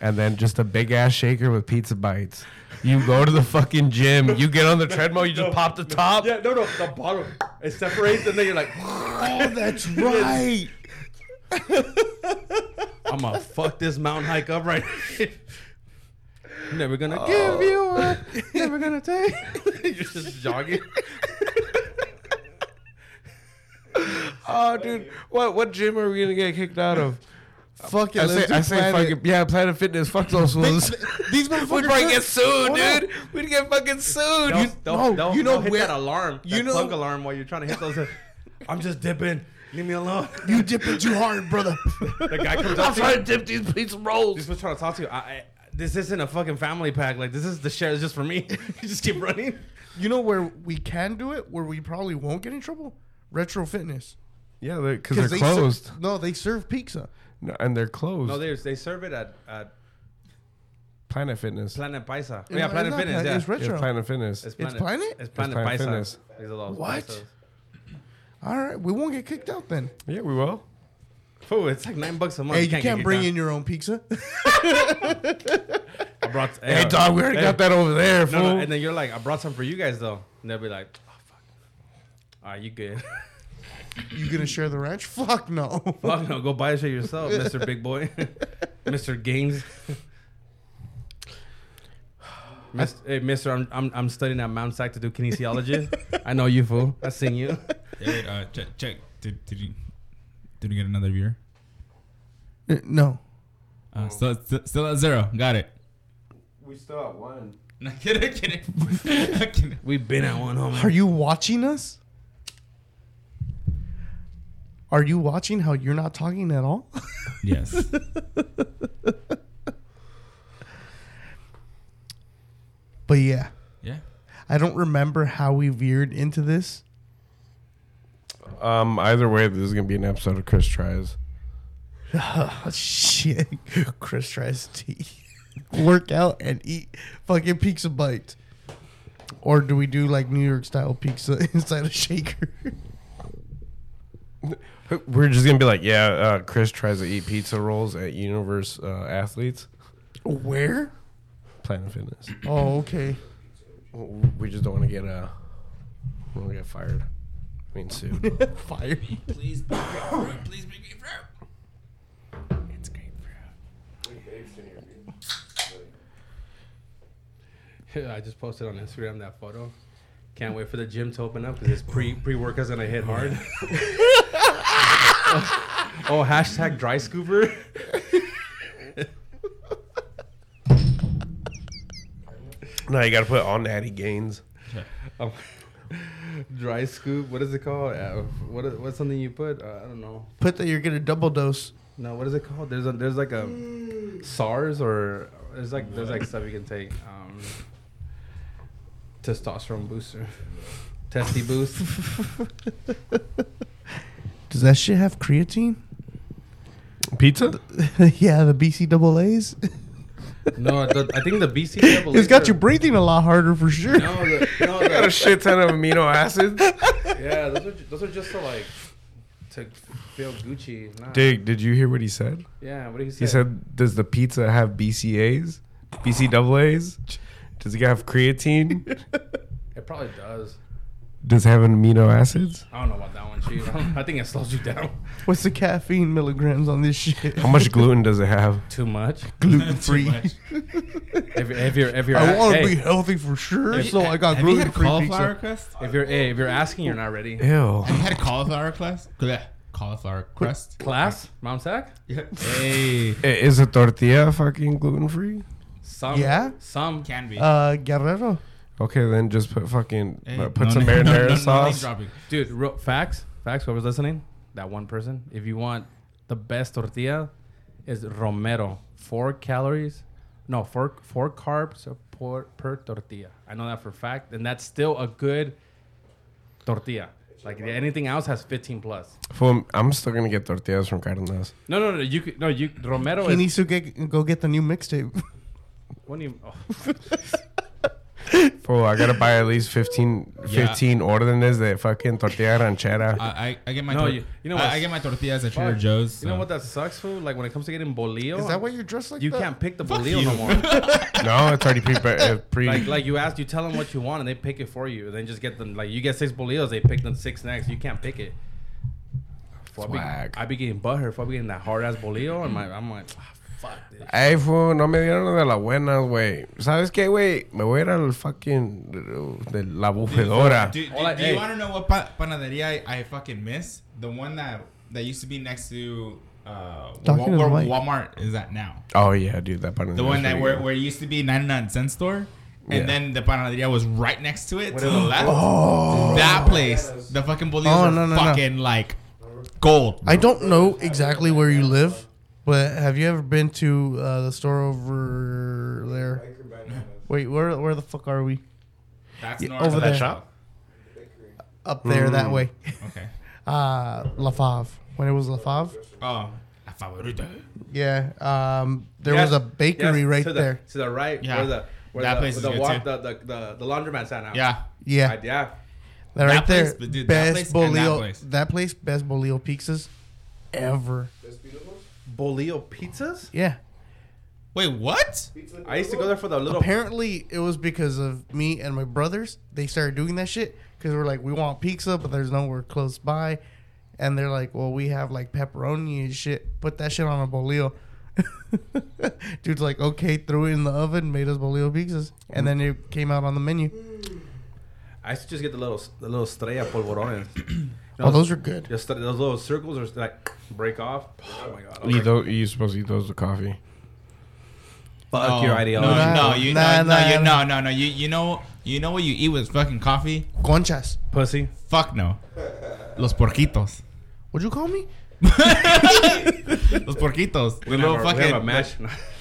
A: and then just a big ass shaker with pizza bites. You go to the fucking gym, you get on the treadmill, you just pop the top.
E: Yeah, no, no, the bottom it separates, and then you're like,
D: Oh, that's right.
E: I'm gonna fuck this mountain hike up right. Never
D: Oh.
E: gonna give you up. Never gonna take. you're just jogging.
A: Oh, dude, what what gym are we gonna get kicked out of?
D: Fuck it.
A: I say,
D: let's
A: I
D: just
A: say,
D: plan it.
A: fucking, yeah, Planet Fitness. Fuck those fools.
D: These
A: We'd
D: motherfuckers.
A: probably get
D: are-
A: sued,
D: Hold on.
A: dude. We'd get fucking sued.
E: They'll-
A: You-
E: they'll-
D: no,
E: they'll-
D: you know
E: they'll hit
D: where-
E: that alarm, that
D: you know-
E: plug alarm while you're trying to hit those. uh, I'm just dipping. Leave me alone.
D: You dipping too hard, brother.
E: the guy comes up.
A: I'm
E: to
A: trying
E: you.
A: to dip these pizza
E: He's
A: rolls.
E: supposed to talk to you. I, I, this isn't a fucking family pack. Like this is the share is just for me. you just keep running.
D: you know where we can do it, where we probably won't get in trouble. Retro Fitness.
A: Yeah, because they're,
D: they ser-
A: closed
D: no, they serve pizza.
A: No, and they're closed.
E: No, they they serve it at, at
A: Planet Fitness.
E: Planet Paisa.
D: No,
E: yeah,
D: it's
E: Planet
D: not
E: Fitness.
D: Planet,
E: yeah.
D: It's retro.
A: Yeah, Planet Fitness.
D: Planet?
E: It's
D: It's
E: Planet,
A: Planet
E: Paisa.
A: Fitness.
E: These are those
D: What?
E: Paisas.
D: All right, we won't get kicked out then.
A: yeah, we will.
E: Fool, it's like nine bucks a month.
D: Hey, you can't,
E: get
D: bring
E: down.
D: in your own pizza.
E: I brought. Hey,
A: Hey, dog, we already
E: hey.
A: got that over there, fool.
E: No, no, and then you're like, I brought some for you guys though, and they'll be like, oh, fuck. All right, you good?
D: you gonna share the ranch? Fuck no.
E: fuck no, go buy it shit yourself, Mister Big Boy, Mister Gaines. Mis- hey, Mister, I'm, I'm I'm studying at Mount Sac to do kinesiology. I know you fool. I seen you.
F: Dude, uh, check, check. Did, did you did you get another viewer?
D: Uh, no.
F: Uh, still, still, still at zero. Got it.
A: we still at one.
F: No, kidding, kidding. kidding.
E: We've been at one home.
D: Are you watching us? Are you watching how you're not talking at all?
F: Yes.
D: but yeah,
F: Yeah.
D: I don't remember how we veered into this.
A: Um, either way, this is gonna be an episode of Chris tries.
D: Oh, shit. Chris tries to eat- work out and eat fucking pizza bites. Or do we do like New York style pizza inside a shaker?
A: We're just gonna be like, yeah, uh, Chris tries to eat pizza rolls at Universe uh, Athletes,
D: Where?
A: Planet Fitness.
D: Oh, okay.
A: We just don't want to get uh, we don't wanna get fired. I mean, soon.
D: Fire.
F: Please be grapefruit. Please be grapefruit. It's grapefruit.
E: I just posted on Instagram that photo. Can't wait for the gym to open up because this pre pre workout's gonna hit hard. oh, hashtag dry scooper.
A: no, you gotta put on Natty Gaines.
E: Um, dry scoop. What is it called? Uh, what is, what's something you put? Uh, I don't know.
D: Put that you're gonna double dose.
E: No, what is it called? There's a there's like a SARS or there's like there's like stuff you can take. Um, testosterone booster, testy boost.
D: Does that shit have creatine?
A: Pizza?
D: yeah, the BCAAs.
E: No, the, I think the BC.
D: it's got you breathing a lot harder for sure.
E: No, the, no,
A: I got a
E: the,
A: shit ton of amino acids.
E: yeah, those are ju- those are just to like to feel Gucci. Nah.
A: Dig, did you hear what he said?
E: Yeah, what do you say?
A: He said, "Does the pizza have BCAs, BCAAs? Does it have creatine?
E: it probably does.
A: Does it have amino acids?
E: I don't know about that one, Chief. I think it slows you down
D: What's the caffeine milligrams on this shit?
A: How much gluten does it have?
E: too much.
D: gluten free?
E: If, if you're if you're
D: I want to
E: hey,
D: be healthy for sure, so I got
F: Have you
D: gluten
F: had
D: free
F: cauliflower
D: pizza.
F: crust?
E: if you're hey, if you're asking, you're not ready.
A: Ew.
F: Have you had cauliflower crust? Blech. Cauliflower crust.
E: Class, Mount Sac.
F: Hey.
A: I- Is a tortilla fucking gluten free?
E: Some
D: Yeah?
E: some.
F: Can be.
D: Uh, Guerrero.
A: Okay, then just put fucking
F: Hey,
A: put- put
F: Eh, no
A: some
F: name-
A: marinara
F: no- no- no name
A: sauce.
F: dropping.
E: Dude, real, facts, facts. Whoever's listening, that one person. If you want the best tortilla, is romero. Four calories, No, four four carbs per, per tortilla. I know that for a fact, and that's still a good tortilla. Like anything else has 15 plus.
A: Fool, I'm still gonna get tortillas from Cardenas.
E: No, no, no. You could, no, you Romero
D: He
E: is.
D: needs to get, go get the new mixtape.
E: What do you, oh,
A: Fool, I gotta buy at least 15,
G: Yeah.
A: 15 órdenes de fucking tortilla ranchera.
F: Ah.
G: I, I, I get my
E: No,
G: tor-
E: you- you know
G: I,
E: what's-
G: I get my tortillas at Trader
E: fuck.
G: Joe's.
E: You know
G: so-
E: what that sucks, fool? Like when it comes to getting bolillo,
D: Is that why you're dressed like
E: you
D: that?
E: can't pick the bolillo no more.
A: no, it's already pre. uh, pre
E: Like like you ask, you tell them what you want, and they pick it for you. Then just get them like you get six bolillos, they pick them six next. You can't pick it. Fool, I,
A: Swag.
E: be, I be getting butthurt. If I be getting that hard ass bolillo, and my, I'm like, ah, fuck. This.
A: Ay, fool, no me dieron de la buena, güey. ¿Sabes qué, güey? Me voy a ir al fucking. uh, de la bufedora.
G: Do, do,
E: Hola,
G: do you
E: hey.
G: want to know what pa- panaderia I, I fucking miss? The one that that used to be next to uh, where,
D: Talking to the
G: where
D: mic.
G: Walmart is at now.
A: Oh, yeah, dude, that part
G: The one that where, where it used to be 99 cent store. And
A: Yeah.
G: then the panaderia was right next to it to the left. that place, the fucking bullies
D: Oh,
G: are
D: no, no, no.
G: fucking like gold.
D: I don't know exactly where you live, but have you ever been to uh, the store over there? Wait, where where the fuck are we?
G: That's
D: Yeah,
G: north
D: over
G: of that
D: there.
G: shop.
D: Up there
A: Hmm.
D: that way.
G: Okay.
D: Uh, La Fave. When it was La Fave?
G: Oh, la favorita.
D: Yeah. Um, there
E: Yeah,
D: was a bakery
E: yeah,
D: right
E: to the,
D: there.
E: To the right,
G: Yeah.
E: where the where
G: That
E: the,
G: place is
E: the,
G: good
E: walk,
G: too.
E: the, the the the laundromat's at now.
G: Yeah.
D: Yeah.
E: Right, yeah.
D: That right
G: place,
D: there.
G: but dude, that
D: best
G: place and that
D: bolillo. That place.
G: place.
D: best bolillo pizzas ever.
E: Bolillo pizzas.
D: Yeah.
G: Wait, what?
E: I used to go there for the little.
D: Apparently, it was because of me and my brothers. They started doing that shit because we're like, we want pizza, but there's nowhere close by. And they're like, well, we have like pepperoni and shit. Put that shit on a bolillo. Dude's like, okay, threw it in the oven, made us bolillo pizzas, and then it came out on the menu.
E: I used to just get the little the little estrella polvorones. You know,
D: Oh, those are good.
E: just those little circles are like break off. Oh my god! I was
A: You
E: like,
A: those, you're supposed to eat those with coffee.
E: fuck
G: No,
E: your
G: No,
E: ideology.
G: Oh, no,
D: Nah,
G: you,
D: nah,
G: no, no,
D: nah,
G: you,
D: nah.
G: no, no, no. You, you know, you know what you eat with fucking coffee?
D: Conchas.
E: Pussy.
G: Fuck no. Los porquitos.
D: What'd you call me?
G: Los porquitos. The
E: We
G: little
E: have, a, we have a
G: fucking
E: mash.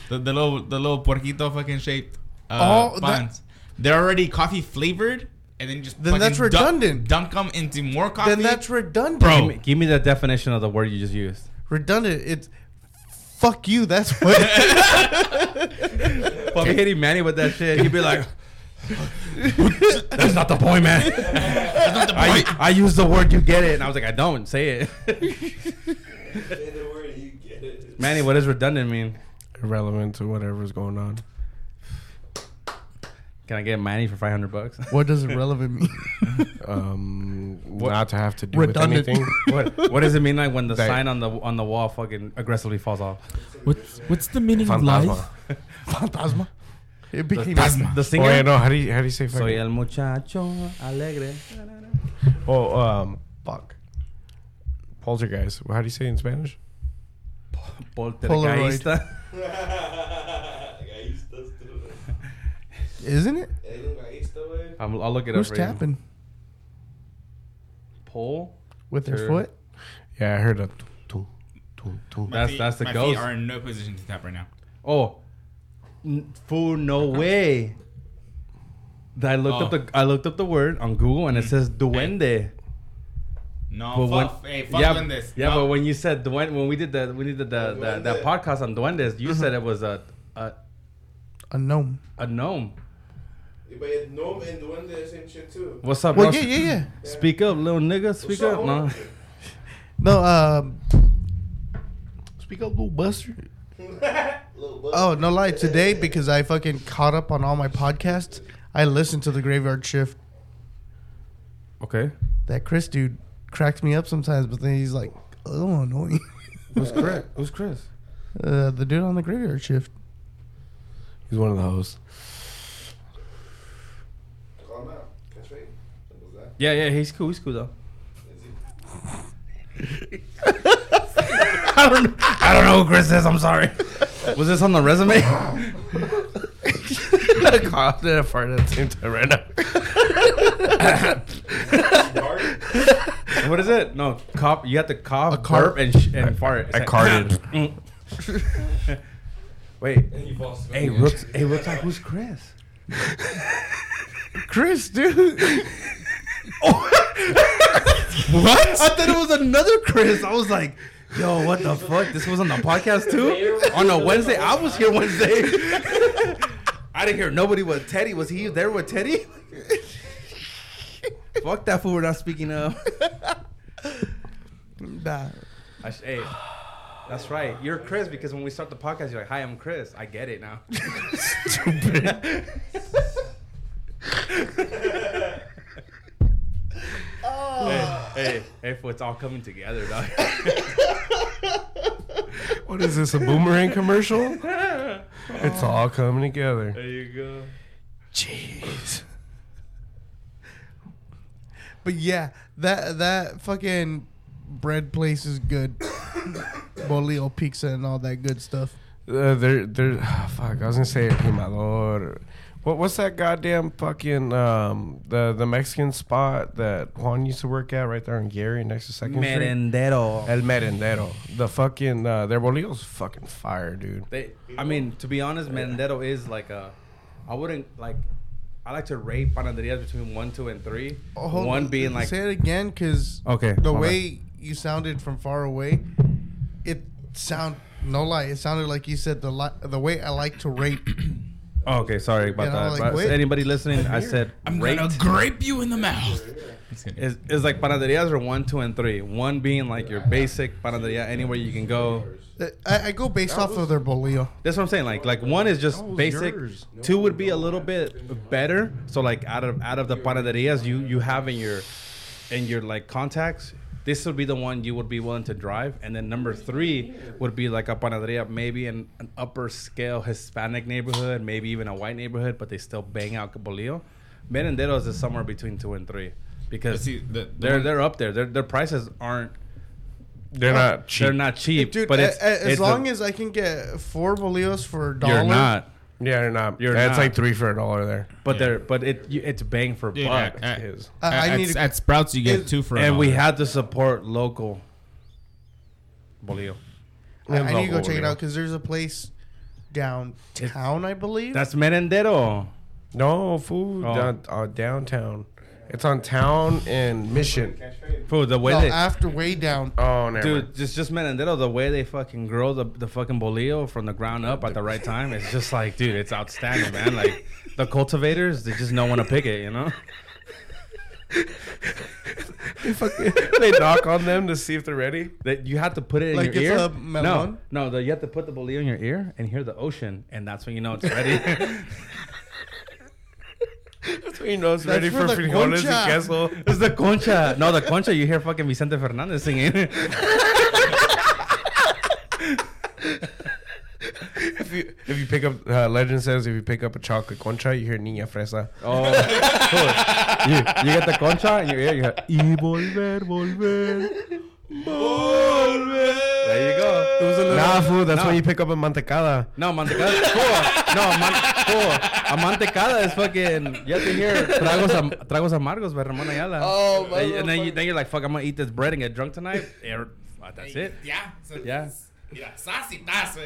G: the, the little the little porquito fucking shaped uh,
D: Oh, that-
G: buns. They're already coffee flavored, and then just
D: Then
G: fucking
D: that's
G: dunk-
D: redundant.
G: Dunk, them into more coffee.
D: Then that's redundant.
G: bro.
E: give, me, give me the definition of the word you just used.
D: Redundant. It's fuck you. That's what.
E: Fuck hitting Manny with that shit. He'd be like,
G: that's not the point, man. that's not the
E: I,
G: point.
E: I use the word, you get it, and I was like, I don't say it.
H: Say the word and you get it.
E: Manny, what does redundant mean?
A: Irrelevant to whatever's going on.
E: Can I get Manny for five hundred bucks?
D: what does irrelevant mean?
A: Um, not to have to do
D: Redundant.
A: with anything.
E: what, what does it mean like when the
A: That-
E: sign on the on the wall fucking aggressively falls off?
B: What's, what's the meaning
A: Fantasma.
D: Fantasma. It became
G: Fantasma.
E: The
A: Oh, yeah,
E: singer.
A: no, how do you, how do you say fucking?
E: Soy el muchacho alegre.
A: Oh, um, fuck. Poltergeist. How do you say it in Spanish?
E: Poltergeist.
H: Gaistas, dude.
D: isn't it?
H: Hay un gaista, güey.
E: I'm, I'll look it
D: Who's
E: up. for you.
D: tapping
E: Pole.
D: with their
E: Sure.
D: foot?
A: Yeah, I heard a. tum, tum, tum, tum.
E: That's that's the
G: my
E: ghost.
G: feet are in no position to tap right now.
E: Oh, N- fool! No way. Th- I looked up
G: Oh.
E: the I looked up the word on Google and it says duende.
G: No,
E: when-
G: Oh, fuck, hey, fuck
E: yeah,
G: doing this.
E: yeah,
G: no.
E: but when you said duende, when we did the we did the, the, the, the
H: Duende.
E: podcast on duendes, you said it was a a,
D: A gnome.
E: a gnome.
H: But it- Gnome and Duende, the same shit too.
E: What's up?
D: Well,
E: bro?
D: yeah, yeah, yeah.
E: Speak up, little nigga. Speak
H: up,
E: up. No.
D: No, um,
A: Speak up, little Buster.
H: Little bug.
D: oh no lie. Today, because I fucking caught up on all my podcasts, I listened to the Graveyard Shift.
E: Okay.
D: That Chris dude cracks me up sometimes, but then he's like, oh, annoying.
E: Who's Chris? Who's Chris?
D: Uh, the dude on the Graveyard Shift.
A: He's one of the hosts.
H: Call him out. That's right. Simple as that.
E: Yeah, yeah, he's cool. He's cool though. I don't. I don't know who Chris is. I'm sorry. Was this on the resume?
A: Caught in a fart at the same time right now.
E: what is it? No, cop. You have to cough,
D: A carp.
E: burp, and sh- and fart.
A: I carded. Wait.
G: And you fall asleep.
E: Hey, real, hey, real talk. Who's Chris?
D: Chris, dude.
E: What?
D: I thought it was another Chris. I was like,
E: Yo, what the fuck? This was on the podcast too? on a Wednesday? I was here Wednesday. I didn't hear nobody was Teddy. Was he there with Teddy? fuck that fool we're not speaking of.
D: nah.
E: I sh- hey, that's right. You're Chris because when we start the podcast, you're like, hi, I'm Chris. I get it now. hey, hey, hey, fool, it's all coming together, dog.
A: What is this? A boomerang commercial? It's all coming together.
E: there you go.
D: Jeez. But yeah, that that fucking bread place is good. Bolillo pizza and all that good stuff.
A: Uh, there, there. fuck, I was gonna say Primador. What, what's that goddamn fucking um the the Mexican spot that Juan used to work at right there in Gary next to Second Street?
E: Merendero.
A: El Merendero. The fucking uh, their bolillo's fucking fire, dude.
E: They, I mean, to be honest, Merendero is like a. I wouldn't like. I like to rate panaderias between one, two, and three.
D: Oh,
E: One
D: hold on.
E: being like
D: say it again, cause
A: Okay,
D: the
A: my
D: way you sounded from far away, it sound no lie, it sounded like you said the li- the way I like to rate.
E: Oh, okay, sorry about
D: And I'm
E: that.
D: like,
E: But
D: wait.
E: anybody listening, I said
G: I'm
E: rate
G: gonna grape you in the mouth.
E: is, is like panaderias are one, two, and three. One being like your basic panaderia, anywhere you can go.
D: Uh, I, I go based off of their bolillo.
E: That's what I'm saying. Like like one is just
A: That was
E: basic.
A: yours.
E: Two would be a little bit better. So like out of out of the panaderias you you have in your in your like contacts, this would be the one you would be willing to drive. And then number three would be like a panaderia, maybe in an upper scale Hispanic neighborhood, maybe even a white neighborhood, but they still bang out cabolillo. Merenderos is somewhere between two and three
G: But
E: because
G: see, the- the
E: they're
G: one-
E: they're up there. Their their prices aren't
A: They're not cheap.
E: they're not cheap.
D: Dude,
E: but
D: a-
E: it's,
D: a- as
E: it's a-
D: long as I can get four bolillos for a dollar,
E: you're not.
A: yeah, they're not.
E: You're
A: That's
E: not.
A: like three for a dollar there.
E: But they're but it you- it's bang for
G: Dude,
E: buck.
G: I- I-
E: His.
D: I- I
G: at,
D: need
G: at,
D: to-
G: at Sprouts you get
D: is-
G: two for a
E: and we
G: dollar.
E: had to support local. Bolillo.
D: I, I need to go
A: local
D: check it
A: bolillo.
D: out because there's a place downtown, I believe.
E: That's merendero.
A: No food
E: Oh.
A: down, uh, downtown. It's on town and Mission.
E: Food the way
D: no,
E: they
D: Oh, after way down.
A: Oh, never.
E: dude just just merendero the way they fucking grow the, the fucking bolillo from the ground up at the right time. It's just like dude, it's outstanding, man. Like the cultivators, they just don't want to pick it, you know.
A: they knock on them to see if they're ready.
E: That you have to put it in
D: Like
E: your
D: it's
E: ear.
D: a melon?
E: No, no, the, you have to put the bolillo in your ear and hear the ocean, and that's when you know it's ready.
A: You know it's
D: That's
A: ready
D: for
A: for,
D: the
A: frijoles
D: concha.
A: and queso.
E: It's the concha. No, the concha. You hear fucking Vicente Fernandez singing.
A: If you, if you pick up, uh, legend says if you pick up a chocolate concha, you hear niña fresa.
E: Oh, cool. you, you get the concha in your ear. You hear, y volver, volver, volver. There you go.
A: Nah, fool, that's
E: No.
A: when you pick up a mantecada.
E: No, mantecada is cool. No, man, cool. A mantecada is fucking. You have to hear tragos, am, tragos amargos by Ramon Ayala.
D: Oh,
E: And- And then, you, then you're like, fuck, I'm gonna eat this bread and get drunk tonight. Er, That's it.
G: Yeah. So
E: Yeah.
G: it's- Mira, sassy, tazo.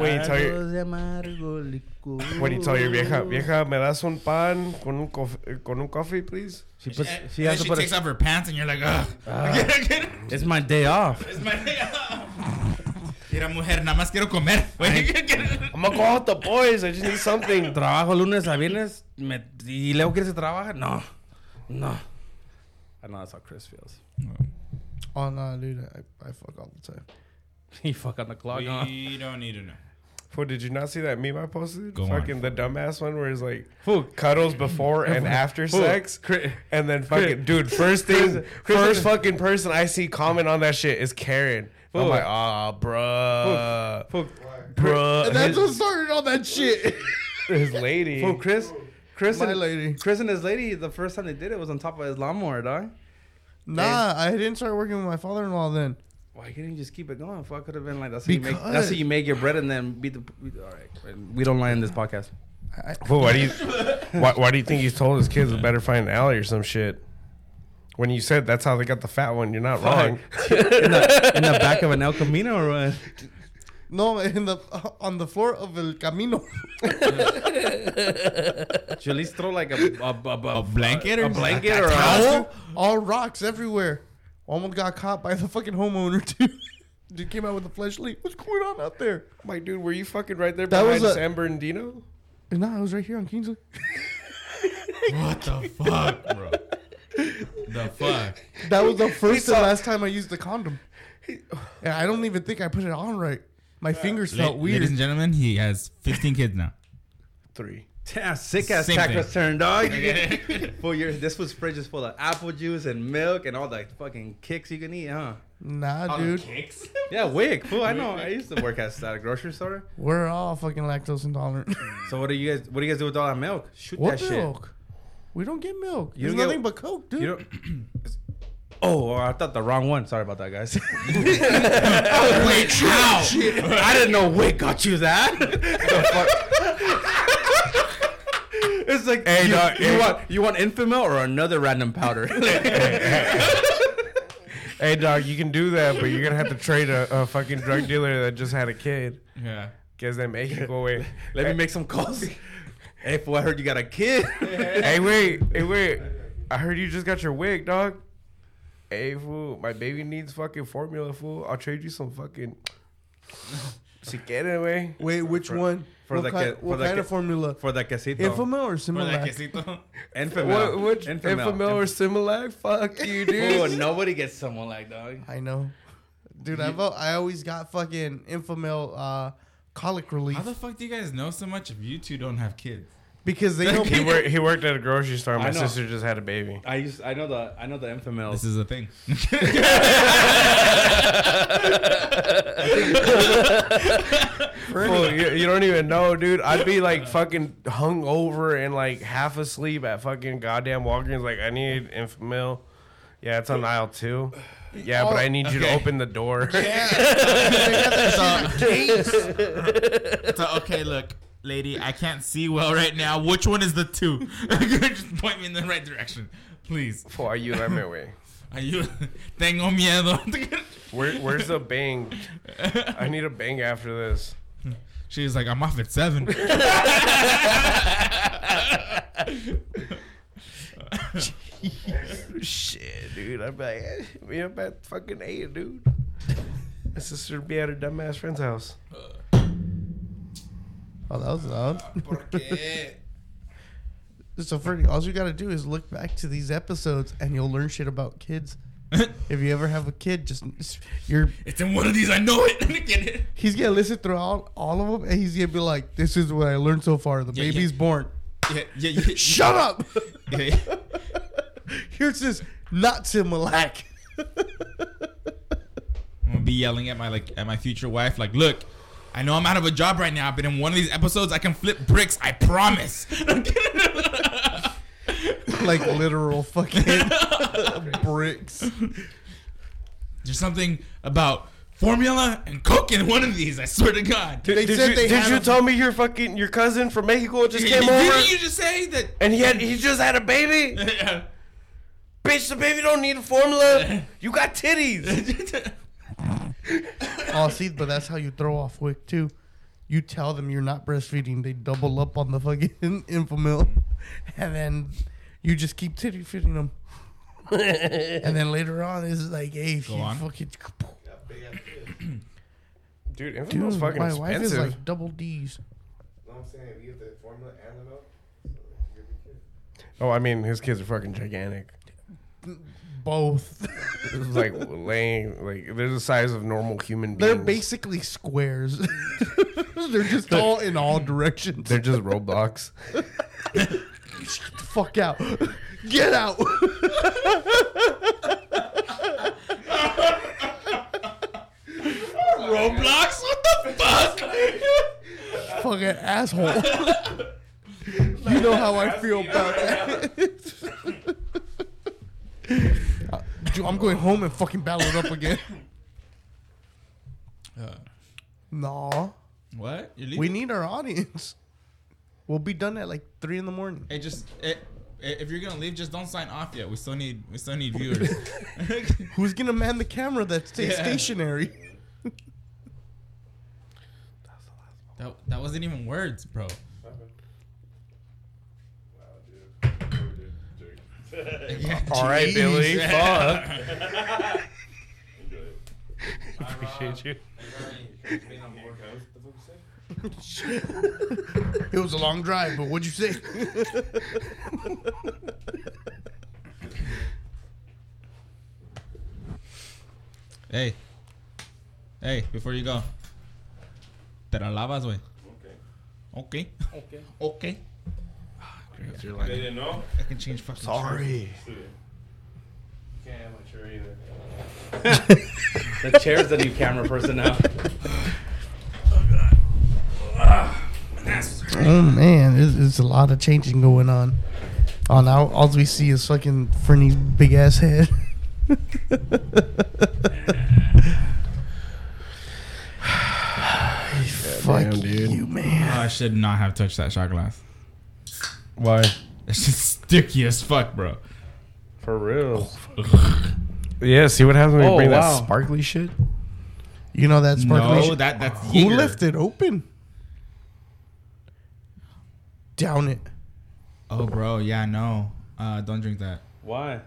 A: When you tell your, when you tell your vieja, vieja, me das un pan con un, cof- con un coffee, please?
E: She, puts,
G: And
E: she
G: then
E: has to
G: she
E: put.
G: takes
E: A, Uh.
G: off her pants, and you're like, ugh.
E: it's my day off.
G: It's my day off. Mira, mujer, nada más quiero comer.
A: I'm gonna go out the boys. I just need something.
E: Trabajo lunes a viernes me- y luego quieres que trabaje. No, no. I know that's how Chris feels.
D: Oh no, dude, I, I fuck all the time.
E: he fuck on the clock. huh?
G: we don't need to know.
A: Fool, did you not see that meme I posted?
G: Go on.
A: fucking the dumbass one where it's like
E: Fool.
A: cuddles before and after
E: Fool.
A: sex.
E: Cri-
A: And then fucking dude, first thing, first fucking person I see comment on that shit is Karen. I'm
E: Fool.
A: like, ah, bruh,
E: Fool,
A: bruh.
D: That's
A: His,
D: what started all that shit.
A: his lady.
E: fool, Chris, Chris,
D: My
E: and,
D: lady.
E: Chris and his lady. The first time they did it was on top of his lawnmower, dog.
D: nah, I didn't start working with my father-in-law then.
E: Why couldn't you just keep it going? Fuck, could have been like that's how you make that's
D: Because-
E: how you make your bread and then beat the. Beat, all right, we don't lie in this podcast.
A: Fool, why do you, why, why do you think he's told his kids better find an alley or some shit? When you said that's how they got the fat one, you're not wrong.
E: in, the, in the back of an El Camino run.
D: No, in the on the floor of El Camino.
E: Should at least throw like a a, a,
G: A blanket or
E: a blanket or a,
D: All, all rocks everywhere. Almost got caught by the fucking homeowner too. Dude came out with a flashlight. What's going on out there?
A: I'm like, dude, were you fucking right there
D: That was
A: behind
D: a-
A: San Bernardino?
D: And nah, I was right here on Kingsley.
G: What the fuck, bro? The fuck?
D: That was the first and last time I used the condom. And I don't even think I put it on right. My fingers
G: La-
D: felt weird.
G: Ladies and gentlemen, he has 15 kids now.
A: Three.
E: Damn, sick ass
G: Same
E: taco turn,
G: thing.
E: dog. For your this was fridge is full of apple juice and milk and all the fucking kicks you can eat, huh?
D: nah, dude.
G: Kicks?
E: Yeah, wick. Fool, I know. I used to work at a grocery store.
D: We're all fucking lactose intolerant.
E: So what do you guys? What do you guys do with all that milk? Shoot
D: what
E: that
D: milk? We don't get milk.
E: You
D: There's
E: don't get-
D: nothing but Coke, dude.
E: shit. You don't. Oh, I thought the wrong one. Sorry about that, guys.
G: Wait, how?
E: I didn't know Wick got you that. it's like you,
G: dog,
E: you
G: hey.
E: want you want Infamil or another random powder?
A: Hey, dog, you can do that, but you're gonna have to trade a, a fucking drug dealer that just had a kid.
G: Yeah.
A: Cause they make it go away.
E: Let me make some calls. Hey, fool, I heard you got a kid.
A: hey, wait, hey, wait. I heard you just got your wig, dog. Hey, fool, my baby needs fucking formula, fool. I'll trade you some fucking. Si quiere, way.
D: Wait, which one?
E: for
D: what
E: the
D: kind,
E: ki- for
D: what
E: the
D: kind
E: ki-
D: of formula?
E: For the casito.
D: Infamil or
G: For
D: Similac?
G: that quesito.
E: Infamil.
A: What, which Infamil or Similac? Fuck you, dude.
E: Ooh, nobody gets someone like dog.
D: I know, dude. I've al- I always got fucking Infamil uh, colic relief
G: How the fuck do you guys know so much if you two don't have kids?
D: because they don't.
A: He, wor- he worked at a grocery store. My
E: know.
A: sister just had a baby.
E: I used I know the I know the Infamil.
G: This is a thing.
A: Fool, you, you don't even know, dude. I'd be like fucking hung over and like half asleep at fucking goddamn Walgreens. Like, I need Infamil. Yeah, it's on aisle two. Yeah, but I need you to
G: Okay.
A: open the door.
G: so, so, okay, look, lady, I can't see well right now. Which one is the two? Just point me in the right direction, please.
A: Fool, are you on my way?
G: Are you? Tengo miedo.
A: Where, where's the bang? I need a bang after this.
G: She's like, I'm off at seven.
A: Shit, dude. I'm like, eh, we up at fucking eight, dude. My sister be at her dumbass friend's house.
D: Oh, that was loud. so Freddie, all you gotta do is look back to these episodes, and you'll learn shit about kids. If you ever have a kid, just you're
G: it's in one of these. I know it. Get it.
D: he's gonna listen through all, all of them, and he's gonna be like, "This is what I learned so far. The
G: Yeah,
D: baby's
G: yeah.
D: born.
G: Yeah, yeah, yeah.
D: Shut up.
G: Yeah.
D: Here's this not Similac."
G: I'm gonna be yelling at my like at my future wife, like, look, I know I'm out of a job right now, but in one of these episodes I can flip bricks, I promise.
D: like literal fucking bricks.
G: There's something about formula and coke in one of these, I swear to God.
D: They
A: did
D: said
A: you,
D: they
A: did
D: had
A: you
D: a-
A: tell me your fucking your cousin from Mexico just came over
G: Didn't you just say that
A: and he had he just had a baby? Bitch, the baby don't need a formula. You got titties.
D: Oh, see, but that's how you throw off Wick too. You tell them you're not breastfeeding, they double up on the fucking infamil, and then you just keep titty feeding them. and then later on, it's like, hey, if
G: Go
D: you
G: on.
D: fucking.
A: Dude,
D: Dude,
A: Infamil's fucking
D: my wife is
A: expensive.
D: like double D's.
H: No, I'm saying if you have the formula and the milk, you're the kid.
A: oh, I mean, his kids are fucking gigantic.
D: Both.
A: It's like laying like they're the size of normal human beings.
D: They're basically squares. They're just all in all directions.
A: They're just Roblox.
D: the fuck out. Get out.
G: Roblox? What the fuck?
D: fucking asshole. you know how I feel about that. Dude, I'm going home and fucking battle it up again.
G: Uh,
D: Nah,
G: what? You're leaving?
D: we need our audience. We'll be done at like three in the morning.
G: Hey, just eh, eh, if you're gonna leave, just don't sign off yet. We still need we still need viewers.
D: Who's gonna man the camera that stays
G: Yeah.
D: stationary?
G: That, that wasn't even words, bro.
I: All right, Billy. Fuck.
A: Appreciate you.
D: It was a long drive, but what'd you say?
G: Hey. Hey, before you go. Te la lavas, güey. Okay. Okay. Okay.
H: They didn't know?
G: I can change fucking Sorry.
H: Can't have my chair either.
E: The chair's the new camera person now.
D: oh man, there's, there's a lot of changing going on. Oh, now all we see is fucking Fernie's big ass head. Fuck
A: Damn, dude.
D: you, man.
G: I should not have touched that shot glass.
A: Why?
G: It's just sticky as fuck, bro.
E: For real.
A: Yeah, see what happens when you
E: Oh,
A: bring
E: wow.
A: that sparkly shit?
D: You know that sparkly
G: No,
D: shit?
G: that that's
D: Who
G: Jaeger.
D: left it open? Down it.
G: Oh, bro. Yeah, no. Uh, don't drink that.
E: Why?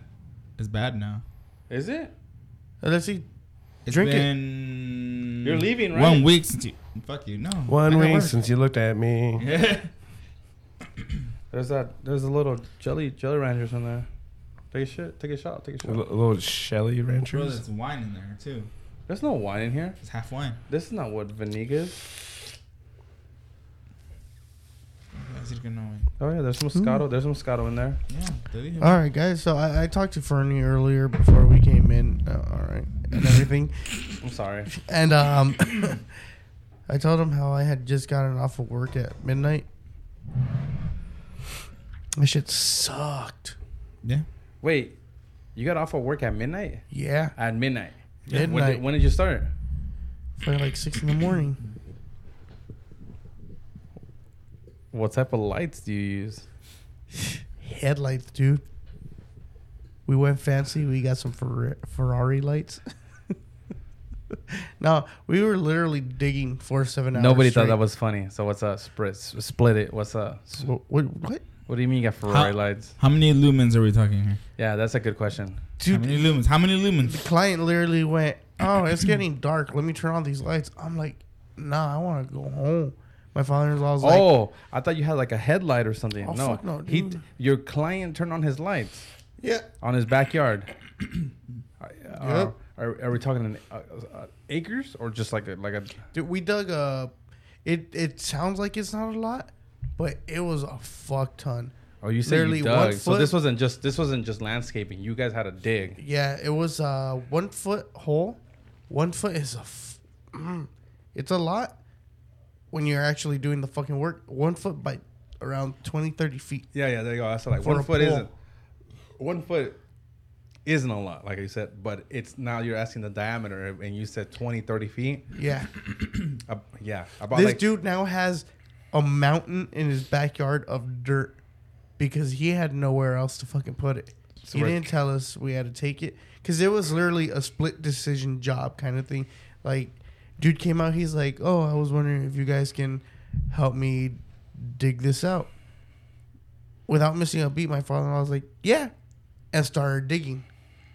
G: It's bad now.
E: Is it?
D: Let's see.
G: It's
D: Drink it.
G: been
E: You're leaving, right?
G: One week since you. Fuck you. No.
A: One
G: I got
A: week
G: work.
A: since you looked at me.
E: There's that. There's a little jelly jelly ranchers in there. Take a shit. Take a shot. Take a
A: L-
E: shot.
A: little Shelly
G: Bro,
A: Ranchers.
G: there's wine in there too.
E: There's no wine in here.
G: It's half wine.
E: This is not what vinegar is.
G: Is it gonna wine?
E: Oh yeah, there's Moscato. There's Moscato in there.
G: Yeah. delete it.
D: All right, guys. So I, I talked to Fernie earlier before we came in. Uh, all right, and everything.
E: I'm sorry.
D: And um, I told him how I had just gotten off of work at midnight. My shit sucked.
G: Yeah.
E: Wait, you got off of work at midnight?
D: Yeah,
E: At midnight. When
D: midnight,
E: did, when did you start?
D: fucking like six in the morning.
E: What type of lights do you use?
D: Headlights, dude. We went fancy. We got some Fer- Ferrari lights. no, we were literally digging for seven hours.
E: Nobody thought that
D: straight.
E: was funny. So what's up? Split, split it. What's up? S-
D: Wha- What, what?
E: What do you mean you got Ferrari
G: How-
E: lights?
G: How many lumens are we talking here?
E: Yeah, that's a good question.
G: How many lumens? How many lumens?
D: client literally went, "Oh, it's getting dark. Let me turn on these lights." I'm like, "Nah, I want to go home." My father-in-law was like,
E: oh, I thought you had like a headlight or something.
D: Oh,
E: no,
D: fuck no,
E: he,
D: dude.
E: your client turned on his lights
D: "Yeah,
E: on his backyard. Uh,
D: Yep.
E: are, are we talking in, uh, uh, acres or just like a, like a?
D: dude, we dug a." It it sounds like it's not a lot, but it was a fuck ton.
E: Oh, you said
D: Literally
E: you
D: one
E: dug. So this
D: foot.
E: wasn't just this wasn't just landscaping. You guys had a dig.
D: Yeah, it was a one foot hole. One foot is a, f- mm, it's a lot when you're actually doing the fucking work. One foot by around 20, 30 feet.
E: Yeah, yeah, there you go. I said like
D: For
E: one
D: a
E: foot
D: pool.
E: isn't one foot isn't a lot, like you said, but it's now you're asking the diameter and you said 20, 30 feet.
D: Yeah.
E: Uh, yeah. About
D: this
E: like
D: dude now has a mountain in his backyard of dirt because he had nowhere else to fucking put it. he
E: we're-
D: didn't tell us we had to take it because it was literally a split decision job kind of thing. Like, dude came out, he's like, "Oh, I was wondering if you guys can help me dig this out." Without missing a beat, my father-in-law was like, "Yeah," and started digging.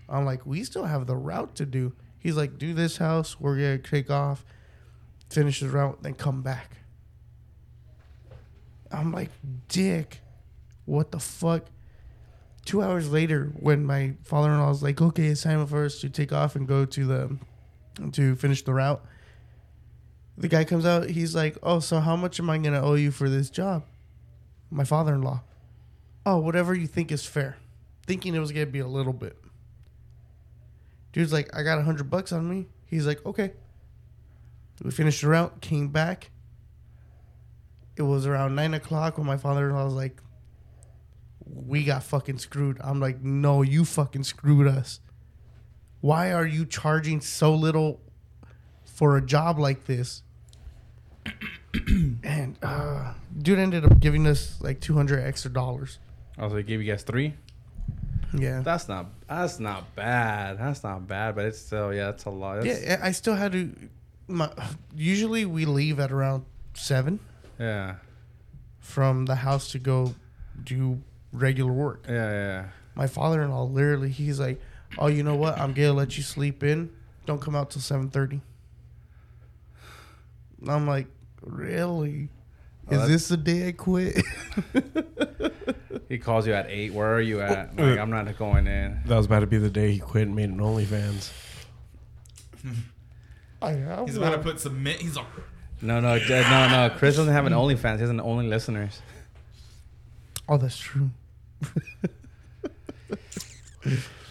D: I'm like, "We still have the route to do." He's like, "Do this house, we're gonna take off." finish the route, then come back. I'm like, dick, what the fuck? Two hours later, when my father in law was like, okay, it's time for us to take off and go to the, to finish the route. The guy comes out, he's like, oh, so how much am I going to owe you for this job? My father in law. Oh, whatever you think is fair. Thinking it was going to be a little bit. Dude's like, I got a hundred bucks on me. He's like, okay. We finished the route, came back. It was around nine o'clock when my father in law was like, We got fucking screwed. I'm like, No, you fucking screwed us. Why are you charging so little for a job like this? and uh, dude ended up giving us like 200 extra dollars.
E: also they gave you guys three.
D: Yeah.
E: That's not that's not bad. That's not bad, but it's still yeah, that's a lot. That's,
D: Yeah, I I still had to. My, usually we leave at around seven
E: Yeah.
D: from the house to go do regular work.
E: Yeah. Yeah.
D: My father in law literally he's like, Oh, you know what? I'm gonna let you sleep in. Don't come out till seven thirty. I'm like, Really? Is this the day I quit?
E: He calls you at eight. Where are you at?
D: Uh,
E: Like, I'm not going in.
A: That was about to be the day he quit and made an OnlyFans.
D: I have
G: He's
D: one.
G: about to put some. mi- He's all.
E: No, no, Jed, no, no. Chris doesn't have an OnlyFans. He has an Only Listeners.
D: Oh, that's true.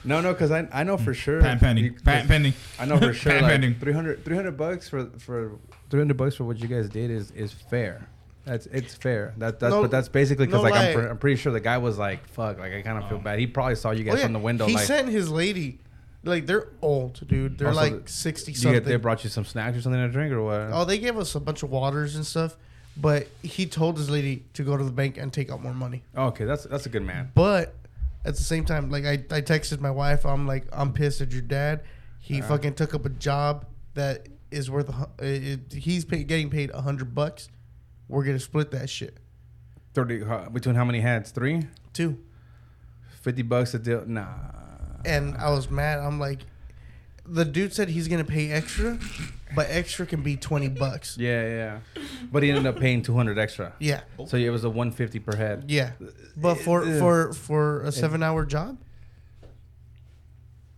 E: No, no, because I, I know for sure.
G: Patent
E: you-
G: pending.
E: 'cause
G: Patent pending.
E: I know for sure.
G: patent pending.
E: Like 300, 300 bucks for for three hundred bucks for what you guys did is is fair. That's it's fair. That that's
D: No-
E: but that's basically because
D: no
E: like I'm,
D: lie.
E: pre- I'm pretty sure the guy was like fuck like I kind of feel bad. He probably saw you guys
D: Oh, yeah.
E: from the window.
D: He
E: like,
D: sent his lady. Like they're old, dude. They're
E: Also,
D: like sixty
E: you
D: something.
E: get, they brought you some snacks or something to drink or what?
D: Oh, they gave us a bunch of waters and stuff, but he told his lady to go to the bank and take out more money.
E: Oh, okay, that's that's a good man.
D: But at the same time, like I, I texted my wife, I'm like, I'm pissed at your dad. He fucking took up a job that is worth. A, hu- it, it- he's pay, getting paid a hundred bucks. We're gonna split that shit
E: Thirty huh, between how many heads? Three.
D: too.
E: Fifty bucks a deal? Nah.
D: And I was mad. I'm like, the dude said he's gonna pay extra, but extra can be twenty bucks.
E: Yeah, yeah. But he ended up paying two hundred extra.
D: Yeah. Uh,
E: So it was a one fifty per head.
D: Yeah, but for for for a seven hour job,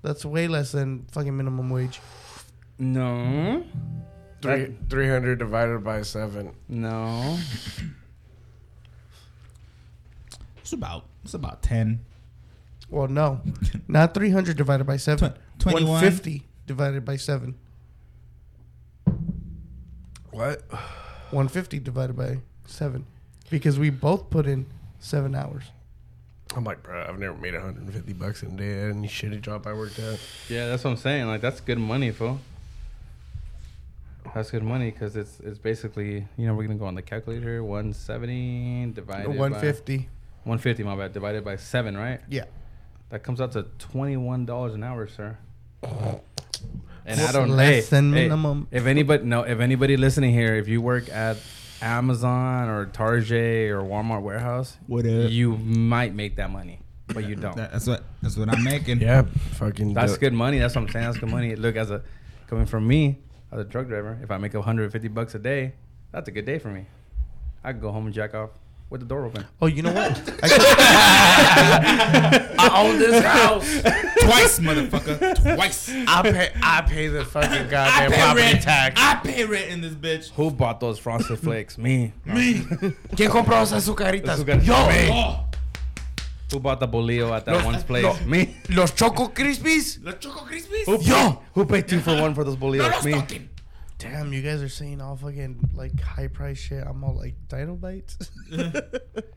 D: that's way less than fucking minimum wage.
E: No.
A: Three, 300 divided by seven.
E: No.
G: It's about. It's about ten.
D: Well, no, not three hundred divided by seven.
G: Tw- 21.
D: One fifty divided by seven.
A: What?
D: One fifty divided by seven, because we both put in seven hours.
A: I'm like, bro, I've never made 150 bucks in a day at any shitty job I worked at.
E: Yeah, that's what I'm saying. Like that's good money, fool. That's good money because it's it's basically you know we're gonna go on the calculator one seventy divided
D: One fifty.
E: one fifty my bad divided by seven right
D: Yeah.
E: that comes out to twenty one dollars an hour sir. And I
D: That's
E: don't
D: less
E: hey,
D: than
E: hey,
D: minimum.
E: if anybody no if anybody listening here if you work at Amazon or Target or Walmart warehouse
G: What up?
E: you might make that money but you don't.
G: That- That's what. That's what I'm making.
A: Yeah, fucking.
E: That's
A: do-
E: good money. That's what I'm saying. That's good money. Look, as a coming from me, as a truck driver, if I make 150 bucks a day, that's a good day for me. I could go home and jack off with the door open.
D: Oh, you know what? I
I: I own this house.
G: Twice, motherfucker. Twice.
A: I pay, I pay the fucking
G: I
A: goddamn
G: pay
A: property
G: rent.
A: tax.
G: I pay rent in this bitch.
E: Who bought those frosted flakes? Me.
G: Me.
A: ¿Quién compró esas azucaritas?
E: Azucar-
A: Yo.
G: Oh,
E: Who bought the bolillo at that one place? Me.
A: Los Choco Crispies?
G: los Choco Crispies.
A: Yo.
E: Who paid two for one for those bolillos?
G: Los
E: Me.
G: fucking-
D: damn, you guys are saying all fucking like high price shit. I'm all like dinobites.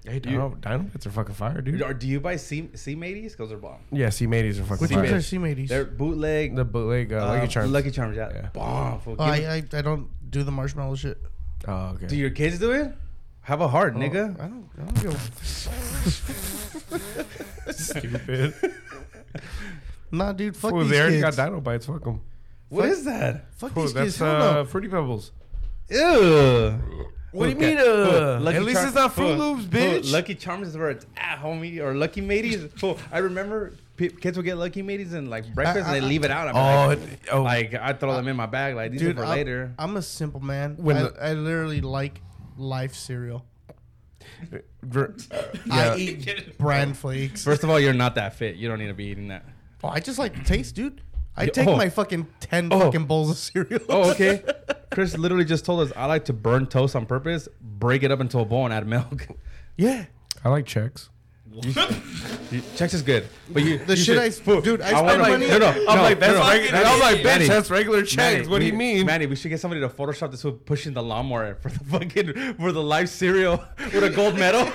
A: Hey, Dino, Dynamites are fucking fire, dude.
E: Or do you buy sea sea mateys? Because they're bomb.
A: Yeah, C Mateys are fucking
D: Which
A: fire.
D: ones are sea mateys?
E: They're bootleg.
A: The bootleg uh, Lucky
E: uh,
A: Charms.
E: Lucky Charms. Yeah.
A: Yeah.
E: Bomb. fool.
D: Oh,
E: Give me-
D: I, I I don't do the marshmallow shit.
A: oh, okay.
E: do your kids do it? Have a
A: Oh.
E: heart, nigga.
D: Oh, I don't, I don't give a
A: stupid.
D: Nah, dude, fuck
A: Well,
D: these
A: they already got
D: kids.
A: Dino Bites. Fuck them.
E: What is that?
D: Fuck
A: Cool,
D: these kids.
A: that's
D: Hell
A: uh,
D: no.
A: Fruity Pebbles.
E: Ew.
A: What
E: do you mean,
A: Uh,
E: Lucky
A: at least
E: Char-
A: it's not Fruit
E: Fool,
A: Loops,
E: fool,
A: bitch.
E: Lucky Charms is where it's at, homie. Or Lucky Mateys. Fool, I remember p- kids would get Lucky Mateys and like breakfast, and they leave it out. I'm
A: oh,
E: like,
A: it- oh,
E: like I throw them in my bag. Like these
D: Dude,
E: are for
D: I'm,
E: later.
D: I'm a simple man.
A: When
D: I,
A: the-
D: I literally like life cereal.
A: ver-
D: I eat bran flakes.
E: First of all, you're not that fit. You don't need to be eating that.
D: Oh, I just like the taste, dude. I
E: Yeah,
D: take
E: oh.
D: my fucking ten
E: Oh.
D: fucking bowls of cereal.
E: Oh, okay. Chris literally just told us I like to burn toast on purpose, break it up into a bowl, and add milk.
D: yeah.
A: I like checks.
E: Checks is good, but you
D: The shit I
E: fool,
D: dude, I
E: wanna-
D: spend money.
E: No, no,
A: I'm
E: no,
A: like,
E: no,
A: that's
E: no.
A: regular. I'm like, bitch,
E: Manny,
A: that's regular checks.
E: Manny,
A: what do
E: we-
A: you mean?
E: Manny? We should get somebody to Photoshop this with pushing the lawnmower for the fucking for the live cereal with a gold medal.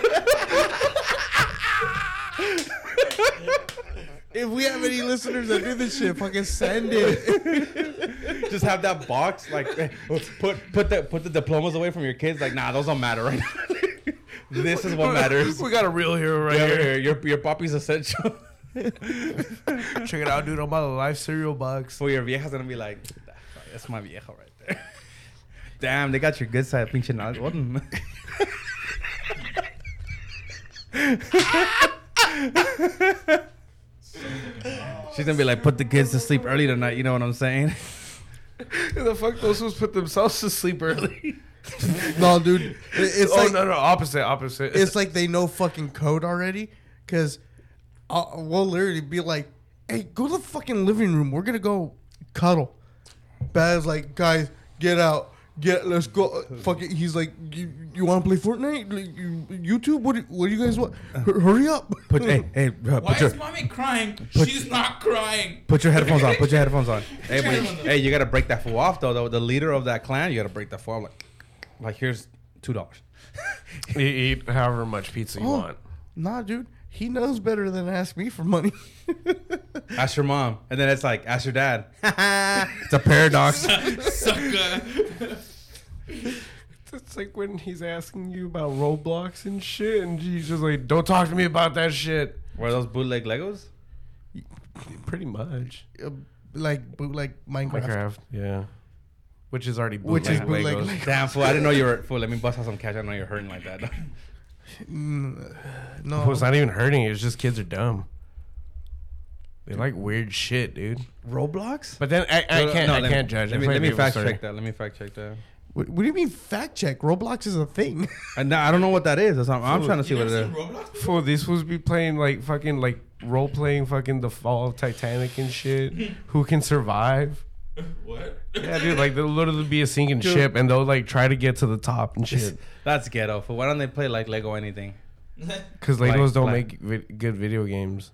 D: If we have any listeners that do this shit, fucking send it.
E: Just have that box like eh, put put the put the diplomas away from your kids. Like, nah, those don't matter right now. this is what matters.
A: we got a real hero right
E: Yeah,
A: here.
E: here, your your poppy's essential.
A: Check it out, dude. I'm out of life cereal box.
E: For your vieja's gonna be like, "Nah, that's my vieja right there. Damn, they got your good side, pinche nalgón. She's gonna be like, put the kids to sleep early tonight. You know what I'm saying?
A: the fuck those fools put themselves to sleep early?
D: no, dude, it- it's
A: oh
D: like
A: no, no, opposite, opposite.
D: it's like they know fucking code already because we'll literally be like, hey, go to the fucking living room. We're going to go cuddle. Bad's like, guys, get out. Get, let's go. Fuck it. He's like, you, you want to play Fortnite? Like, you- YouTube? What do, what do you guys want? Hur- hurry up.
E: Put hey hey, uh,
G: Why
E: put your
G: is mommy crying? She's not crying.
E: put your headphones on. Put your headphones on. Hey, but,
G: Gentlemen.
E: hey, you gotta break that fool off though. The, the leader of that clan, you gotta break that fool. off. Like, like here's two dollars.
A: you eat however much pizza you
E: Oh.
A: want.
D: nah, dude. He knows better than to ask me for money.
E: Ask your mom, and then it's like ask your dad. it's a paradox.
G: Sucker.
A: It's like when he's asking you about Roblox and shit, and he's just like, "Don't talk to me about that shit."
E: Were those bootleg Legos?
A: Pretty much.
D: Uh, like, bootleg Minecraft.
A: Minecraft, yeah. Which is already bootleg
D: Which is bootleg
A: Legos.
D: Legos.
E: Damn fool! I didn't know you were fool. Let me bust out some cash. I know you're hurting like that.
D: Mm, No.
A: Well, it's not even hurting. It's just kids are dumb. They like weird shit, dude.
E: Roblox?
A: But then I, I can't. I
E: let me-
A: can't judge.
E: Let
A: I'm
E: me,
A: sorry
E: let me
A: to people,
E: fact
A: sorry.
E: check that. Let me fact check that.
D: What, what do you mean fact check? Roblox is a thing.
E: And now, Uh, I don't know what that is. That's not, I'm trying to see what it is.
G: Roblox?
A: Fool, these fools be playing like fucking like role playing fucking the fall of Titanic and shit. Who can survive?
G: What?
A: Yeah, dude. Like there'll literally be a sinking ship, and they'll like try to get to the top and shit.
E: That's ghetto. Fool. Why don't they play like Lego anything?
A: Because Legos
E: Like-
A: don't
E: like-
A: make vi- good video games.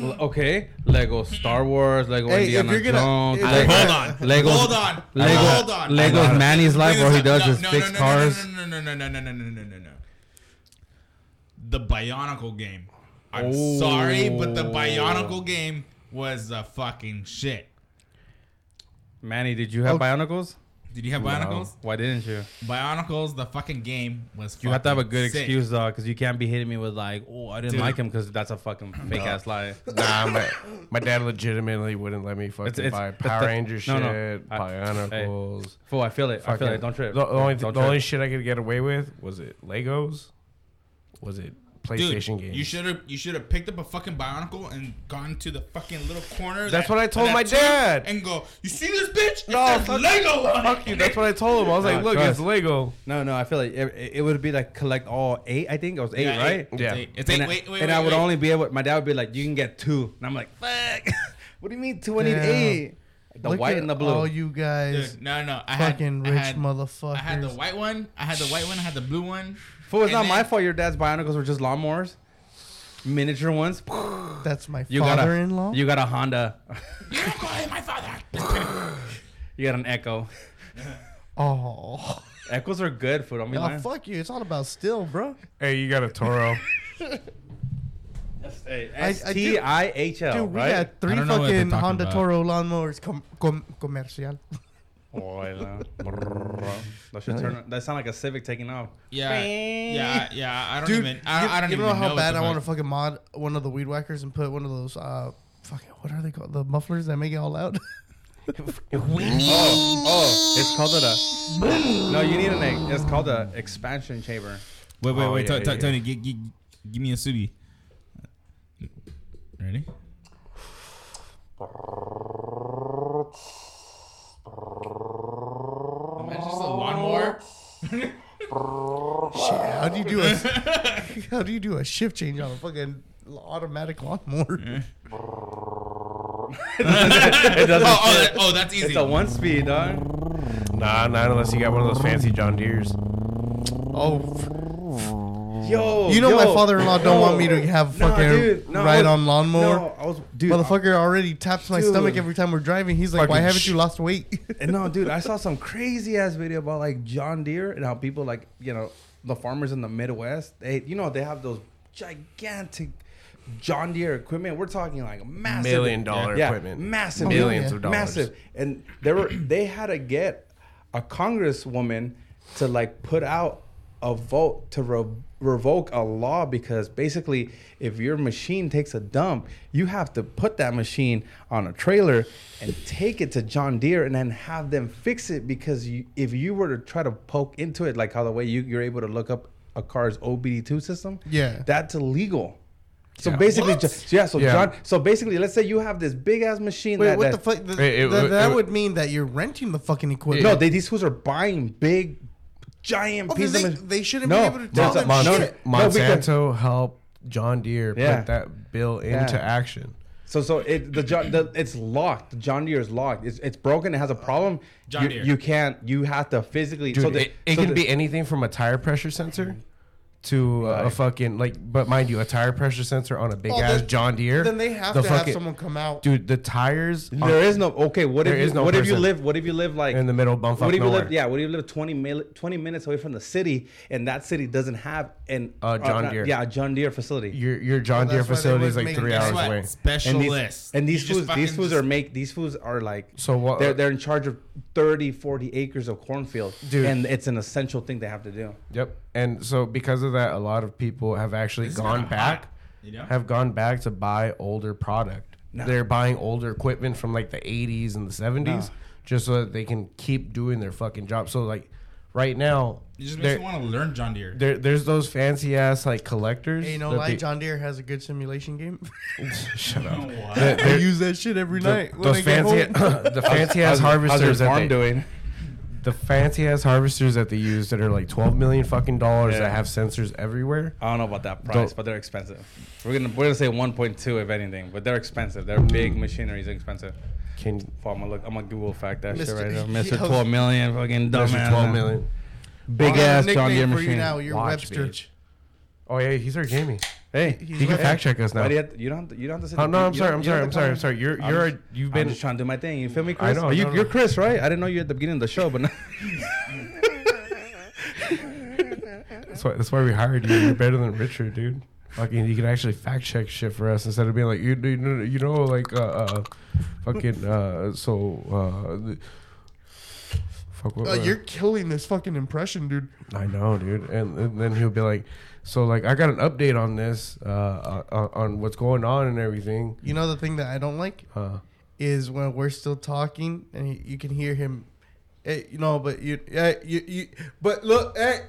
E: L- okay, Lego Star Wars, Lego
D: Hey, if
E: Indiana
D: you're gonna-
E: Jones,
D: if-
E: Le-
D: Hold
G: on.
E: Lego,
G: Hold on.
E: Lego,
G: Hold on.
E: Lego's Manny's life, where he does is fix cars.
G: No, no, no, no, no, no, no, no, no, no. The Bionicle game. I'm
E: Oh.
G: sorry, but the Bionicle game was the fucking shit.
E: Manny, did you have
D: Okay.
E: Bionicles?
G: Did you have Bionicles?
E: Why didn't you?
G: Bionicles, the fucking game was.
E: You have to have a
G: fucking
E: good
G: sick.
E: excuse, though, because you can't be hitting me with like, "Oh, I didn't
G: Dude.
E: like him," because that's a fucking fake ass lie.
A: Nah, my, my dad legitimately wouldn't let me fucking
E: it's-
A: buy
E: but
A: Power
E: the-
A: Ranger
E: no,
A: shit,
E: no. I-
A: Bionicles.
E: Fool, I feel it. I feel
A: fucking-
E: it. Don't trip.
A: The, the only,
E: Don't
A: the
E: trip.
A: only shit I could get away with was it Legos, was it
G: Dude,
A: PlayStation games.
G: you should have you should have picked up a fucking bionicle and gone to the fucking little corner.
A: That's
G: that-
A: what I told
G: of that
A: my
G: tube
A: dad.
G: And go, you see this bitch?
A: No,
G: No,
A: fuck-
G: Lego. on it."
A: Fuck you. That's what I told him. I was like,
E: Nah,
A: look,
E: trust.
A: it's Lego.
E: No, no, I feel like it, it- it would be like collect all eight. I think it was eight,
G: Yeah,
E: right?
G: It's
A: Yeah.
G: eight. It's
E: and
G: eight.
E: I,
G: Wait, wait,
E: and
G: wait,
E: I would
G: wait.
E: only be able. My dad would be like, "You can get two. and I'm like, "Fuck! what do you mean two? I need
D: Damn.
E: eight. The
D: Look
E: white
D: at
E: and the blue.
D: All you guys.
G: Dude, no, no. I had-
D: fucking
G: I
D: rich
G: had,
D: motherfuckers.
G: I had the white one. I had the white one. I had the blue one.
E: Fool, it's
G: and
E: not my
G: then-
E: fault. Your dad's bionicles were just lawnmowers, miniature ones.
D: That's my
E: You got
D: father-in-law.
E: a you got a Honda.
G: You don't call him my father.
E: You got an Echo.
D: oh,
E: Echoes are good food. I'm
D: oh,
E: lying.
D: fuck you! It's all about still, bro.
A: Hey, you got a Toro.
E: Hey,
D: I- I do-
E: S T I H L.
D: Dude, we
E: Right.
D: got three
G: don't know what they're
D: fucking
G: talking
D: Honda
G: about.
D: Toro lawnmowers com- com- comercial.
E: Oila. Brrrr. That should turn. That sound like a Civic taking off.
G: Yeah, yeah, yeah. I don't
D: Dude,
G: even. I, I don't
D: you
G: even
D: know how
G: what
D: bad
G: the
D: I want to
G: fuck-
D: fucking mod one of the weed whackers and put one of those uh, fucking what are they called? The mufflers that make it all loud.
E: Oh, oh, it's called a. no, you need an. ex- It's called a expansion chamber.
G: Wait, wait,
A: Oh,
G: wait.
A: yeah,
G: T- t-
A: yeah.
G: Tony, gi- gi- give me a subi. Ready? Imagine just a lawnmower.
D: Shit, how do you do a how do you do a shift change on a fucking automatic lawnmower?
E: It doesn't.
G: Oh, oh, that, oh, that's easy.
E: it's a one speed, dog.
A: nah, not unless you got one of those fancy John Deere's.
D: Oh,
E: Yo,
D: you know
E: yo.
D: my father-in-law don't want me to have
E: No,
D: fucking
E: dude, no, I
D: ride
E: was-
D: on lawnmower.
E: No, I was dude.
D: Motherfucker already taps my
E: Dude.
D: stomach every time we're driving. He's like,
A: Fucking
D: "Why haven't
A: sh-
D: you lost weight?"
E: And no, dude, I saw some crazy ass video about like John Deere and how people like you know the farmers in the Midwest. They you know they have those gigantic John Deere equipment. We're talking like massive
A: Million dollar
E: yeah,
A: equipment.
E: massive,
A: Millions
D: yeah.
A: of dollars.
E: massive. And they were they had to get a congresswoman to like put out a vote to re- revoke a law because basically, if your machine takes a dump, you have to put that machine on a trailer and take it to John Deere and then have them fix it because you, if you were to try to poke into it, like how the way you, you're able to look up a car's OBD2 system,
D: Yeah.
E: that's illegal. So basically, ju- yeah. So
A: Yeah.
E: John. So basically, let's say you have this big ass machine.
D: Wait,
E: that,
D: what
E: that-
D: the fuck? Th-
A: It- it-
D: th-
A: it-
D: that
A: it-
D: would mean that you're renting the fucking equipment.
E: No, they, these fools are buying big, giant
D: Oh, then
E: pieces.
D: they,
E: of ma-
D: they shouldn't
E: No,
D: be able to
E: no,
D: tell
A: Mon-
D: them
A: Mon-
E: no,
D: shit.
E: no, because-
A: Monsanto helped John Deere
E: Yeah.
A: put that bill into
E: Yeah.
A: action.
E: So so it the, John, the it's locked. The John Deere is locked. It's, it's broken. It has a problem.
G: John
E: you,
G: Deere.
E: You can't. You have to physically.
A: Dude,
E: so the,
A: it, it
E: so
A: can
E: the-
A: be anything from a tire pressure sensor to uh, a fucking like, but mind you, a tire pressure sensor on a big
D: Oh,
A: ass
D: then-
A: John Deere.
D: Then they have
A: the
D: to have
A: fucking-
D: someone come out.
A: Dude, the tires. are
E: There is no okay. What
A: There
E: if
A: is
E: you,
A: no
E: what if you
A: person.
E: live? What if you live like
A: in the middle bump
E: What
A: up
E: if you
A: nowhere.
E: live? Yeah. What if you live 20, mil, 20 minutes away from the city, and that city doesn't have an
A: Uh, John Deere.
E: Yeah, a John Deere facility.
A: your your John
D: Well,
A: Deere
D: that's why they
A: facility is
D: wouldn't
A: like
D: make
A: three
D: it
A: hours
G: Guess
A: away.
G: what? Special
E: and these,
G: list.
E: and these
G: You just
E: foods these
G: fucking
E: foods
G: just-
E: are make these foods are like
A: So what-
E: they're, they're in charge of 30 40 acres of cornfield
A: Dude.
E: and it's an essential thing they have to do
A: Yep. And so because of that, a lot of people have actually
G: This is
A: gone
G: kinda
A: back,
G: hot, you know?
A: have gone back to buy older product. They're buying older equipment from like the 80s and the 70s just so that they can keep doing their fucking job. So like right now,
G: It just
A: there-
G: makes me want to learn John Deere.
A: there, there's those fancy ass like collectors.
D: Hey, no
A: that
D: lie,
A: they-
D: John Deere has a good simulation game.
A: Shut up.
G: Wow.
A: They-
D: I
A: they're-
D: use that shit every night. When
A: those
D: I get
A: fancy,
D: home.
A: the fancy ass harvesters that they,
E: doing
A: the fancy ass harvesters that they use that are like 12 million fucking dollars
E: Yeah.
A: that have sensors everywhere.
E: i don't know about that price
A: Don't-
E: but they're expensive we're gonna we're gonna say 1.2 if anything but they're expensive they're big machineries expensive
A: Can
E: Fuck, I'm gonna look. I'm gonna Google fact that shit
D: Mr.
E: right now.
D: Yeah,
E: Mr.
D: I was-
E: 12 million, fucking dumb
A: there's your 12 million.
E: big
D: I have a
E: ass
D: nickname
E: John Deere
D: for
E: machine.
D: You now you're
A: Watch,
D: Webster.
A: bitch. Oh yeah, he's our Jamie.
E: hey,
A: He can fact check us now.
E: why do you, have to, you don't have to, you don't have to say.
A: Oh
E: the-
A: no, I'm
E: you
A: sorry,
E: don't-
A: I'm
E: you don't
A: sorry,
E: have
A: I'm sorry, I'm
E: to comment.
A: sorry. You're
E: I'm
A: you're
E: just-
A: you've
E: I'm
A: been
E: just trying to do my thing. You feel me,
A: I
E: Chris?
A: know,
E: Are you,
A: no, no.
E: You're Chris, right? I didn't know you were at the beginning of the show, but now.
A: that's why that's why we hired you. You're better than Richard, dude. Fucking, you can actually fact check shit for us instead of being like you you know, you know like uh, uh fucking uh so uh the- fuck what
D: Uh,
A: what-
D: you're killing this fucking impression, dude.
A: I know, dude. And, and then he'll be like, so like I got an update on this uh on, on what's going on and everything.
D: You know the thing that I don't like
A: Uh
D: is when we're still talking and you, you can hear him. Hey, you know, but you, eh, you, you, but look, eh.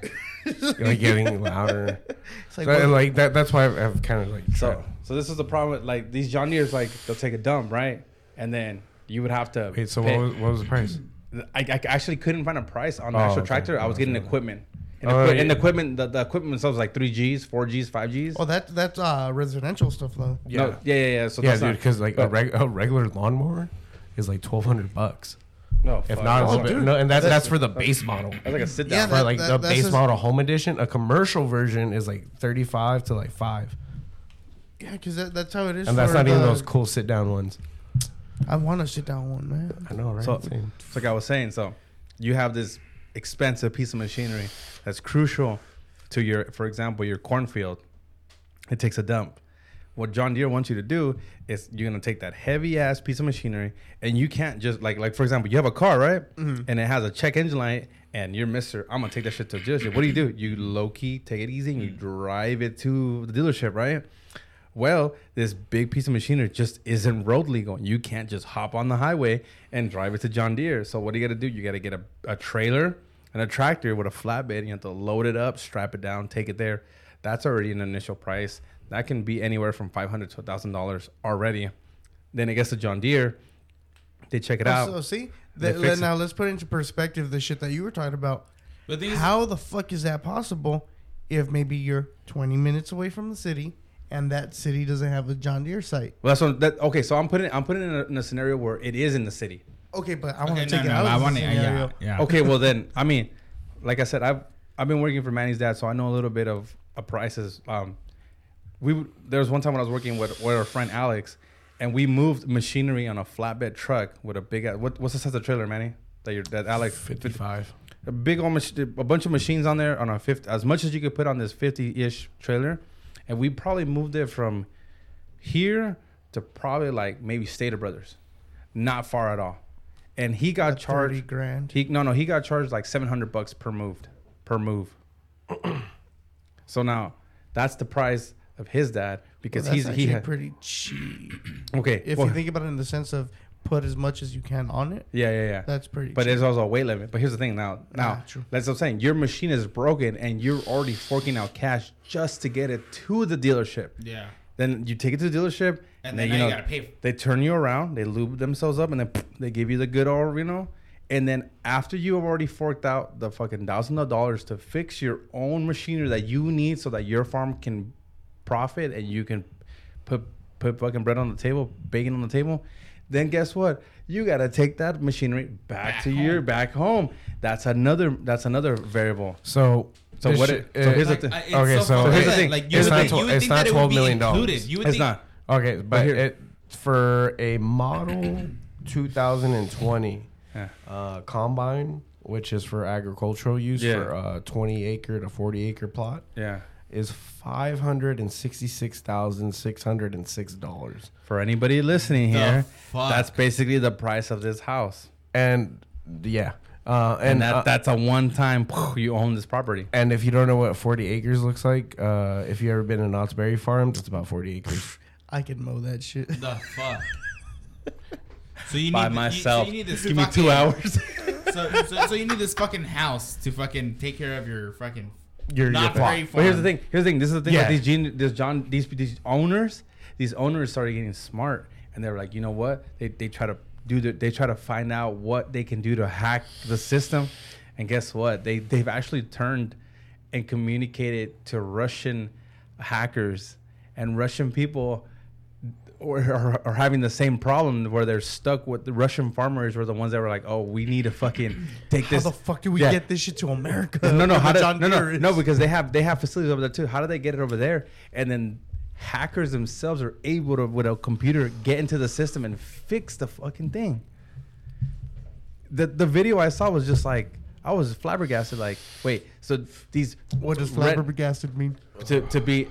A: like getting louder.
D: It's like,
A: That-
D: what-
A: and, like that. That's why I've, I've kind of like
E: So, so this is the problem. With, like these John Deere's, like they'll take a dump, right? And then you would have to.
A: Wait, so
E: pay-
A: what was, what was the price?
E: I, I actually couldn't find a price on the
A: Oh,
E: actual
A: okay.
E: tractor. I was getting equipment. And,
A: Oh,
E: equi- and
A: yeah.
E: equipment, the, the equipment itself was like three Gs, four Gs, five Gs.
D: oh, that that's uh, residential stuff though.
A: Yeah,
E: No, yeah, yeah, yeah. So
A: yeah,
E: that's
A: dude.
E: not-
A: Because like a,
E: but-
A: reg- a regular lawnmower is like twelve hundred bucks.
E: no,
A: If
E: fuck.
A: not, it's
E: that's,
A: a bit, no, and Oh, that's that's for the base model.
E: that's like a sit
D: Yeah,
E: down.
D: that-
A: For like the
D: that's
A: base
D: just-
A: model home edition, a commercial version is like thirty five to like five,
D: Yeah, because that, that's how it is.
A: and that's
D: for
A: not even
D: the-
A: those cool sit down ones.
D: I want to sit down one, man.
A: I know, right?
E: So-
A: Same.
E: It's like I was saying. So you have this expensive piece of machinery that's crucial to your, for example, your cornfield. It takes a dump. What John Deere wants you to do is you're gonna take that heavy ass piece of machinery and you can't just like like for example you have a car right and it has a check engine light and you're Mister I'm gonna take that shit to a dealership. What do you do? You low key take it easy and you drive it to the dealership right. Well, this big piece of machinery just isn't road legal. You can't just hop on the highway and drive it to John Deere. So what do you got to do? You got to get a, a trailer and a tractor with a flatbed. You have to load it up, strap it down, take it there. That's already an initial price. That can be anywhere from five hundred to thousand dollars already. Then it gets to John Deere. They check it out.
D: Oh, So see,
E: They
D: that,
E: fix it.
D: now let's put into perspective the shit that you were talking about.
G: But the thing is-
D: How the fuck is that possible? If maybe you're 20 minutes away from the city, and that city doesn't have a John Deere site.
E: Well, that's what, that, okay. So I'm putting I'm putting it in a, in a scenario where it is in the city.
D: Okay, but I want to
G: Okay,
D: take
G: no,
D: it
G: no,
D: out.
G: I
D: of the
G: want to. Yeah,
D: scenario.
G: yeah.
E: okay, well then, I mean, like I said, I've I've been working for Manny's dad, so I know a little bit of a prices. Um, we would- there was one time when I was working with with our friend Alex, and we moved machinery on a flatbed truck with a big ass- what, what's the size of the trailer, Manny? That your that Alex
A: Fifty five.
E: a big old mach- a bunch of machines on there on a fifth as much as you could put on this 50-ish trailer and we probably moved it from here to probably like maybe Stater Brothers not far at all and he got
D: Charge
E: charged
D: grand.
E: he no no he got charged like 700 bucks per moved per move So now that's the price of his dad because
D: That's
E: he's he
D: actually
E: had,
D: pretty cheap.
E: okay.
D: If
E: well,
D: you think about it in the sense of put as much as you can on it,
E: yeah, yeah, yeah.
D: that's pretty
E: But
D: cheap.
E: there's also a weight limit. But here's the thing now. Now,
D: Ah, true.
E: that's what I'm saying. Your machine is broken and you're already forking out cash just to get it to the dealership.
G: Yeah.
E: Then you take it to the dealership
G: And then
E: they,
G: now you gotta pay for-
E: They turn you around, they lube themselves up, and then they give you the good old, you know. And then after you have already forked out the fucking thousand of dollars to fix your own machinery that you need so that your farm can profit and you can put put fucking bread on the table, bacon on the table, then guess what? You gotta take that machinery back, to your back home. That's another that's another variable.
A: So
E: So
A: this
E: what
A: shit-
E: it- so here's the
A: it-
E: thing.
G: I- it's
A: Okay, so-
G: fucked
A: here's the
G: up.
E: thing.
G: Like you
A: It's
G: would
A: not
G: think,
A: tw-
G: you would
A: it's
G: think
A: not
G: that it would
A: $12
G: be
A: million
G: included. You would
E: It's
G: think,
E: not.
A: Okay, but
E: here-
A: it for a model 2020
E: Yeah.
A: uh, combine, which is for agricultural use
E: Yeah.
A: for a 20 acre to 40 acre plot,
E: Yeah.
A: is five hundred and sixty six thousand six hundred and six dollars.
E: For anybody listening here,
G: fuck?
E: that's basically the price of this house.
A: And yeah, uh, and
E: and that,
A: uh,
E: that's a one time you own this property.
A: and if you don't know what 40 acres looks like, uh, if you ever been in Knott's Berry Farms, it's about 40 acres.
D: I can mow that shit.
G: The fuck. So you need
E: By
G: the- you- so
E: myself.
G: You, need this
E: Give me
G: fucking-
E: two hours.
G: So, so, so you need this fucking house to fucking take care of your fucking.
A: Your, your
G: Not
A: plot.
G: very far.
E: but here's the thing. Here's the thing. This is the thing.
A: Yeah.
E: about these gene, this John, these these owners, these owners started getting smart, and they were like, you know what? They they try to do the, they try to find out what they can do to hack the system, and guess what? They they've actually turned and communicated to Russian hackers and Russian people. Or are, are having the same problem where they're stuck with the Russian farmers were the ones that were like, oh, we need to fucking take
D: How
E: this.
D: the fuck do we
E: Yeah.
D: get this shit to America?
E: No, no,
D: Where
E: how
D: the
E: did,
D: John
E: no,
D: Deere
E: no,
D: is?
E: no, because they have they have facilities over there too. How do they get it over there? And then hackers themselves are able to, with a computer, get into the system and fix the fucking thing. The the video I saw was just like I was flabbergasted. Like, wait, so these
D: what does
E: red-
D: flabbergasted mean?
E: to to be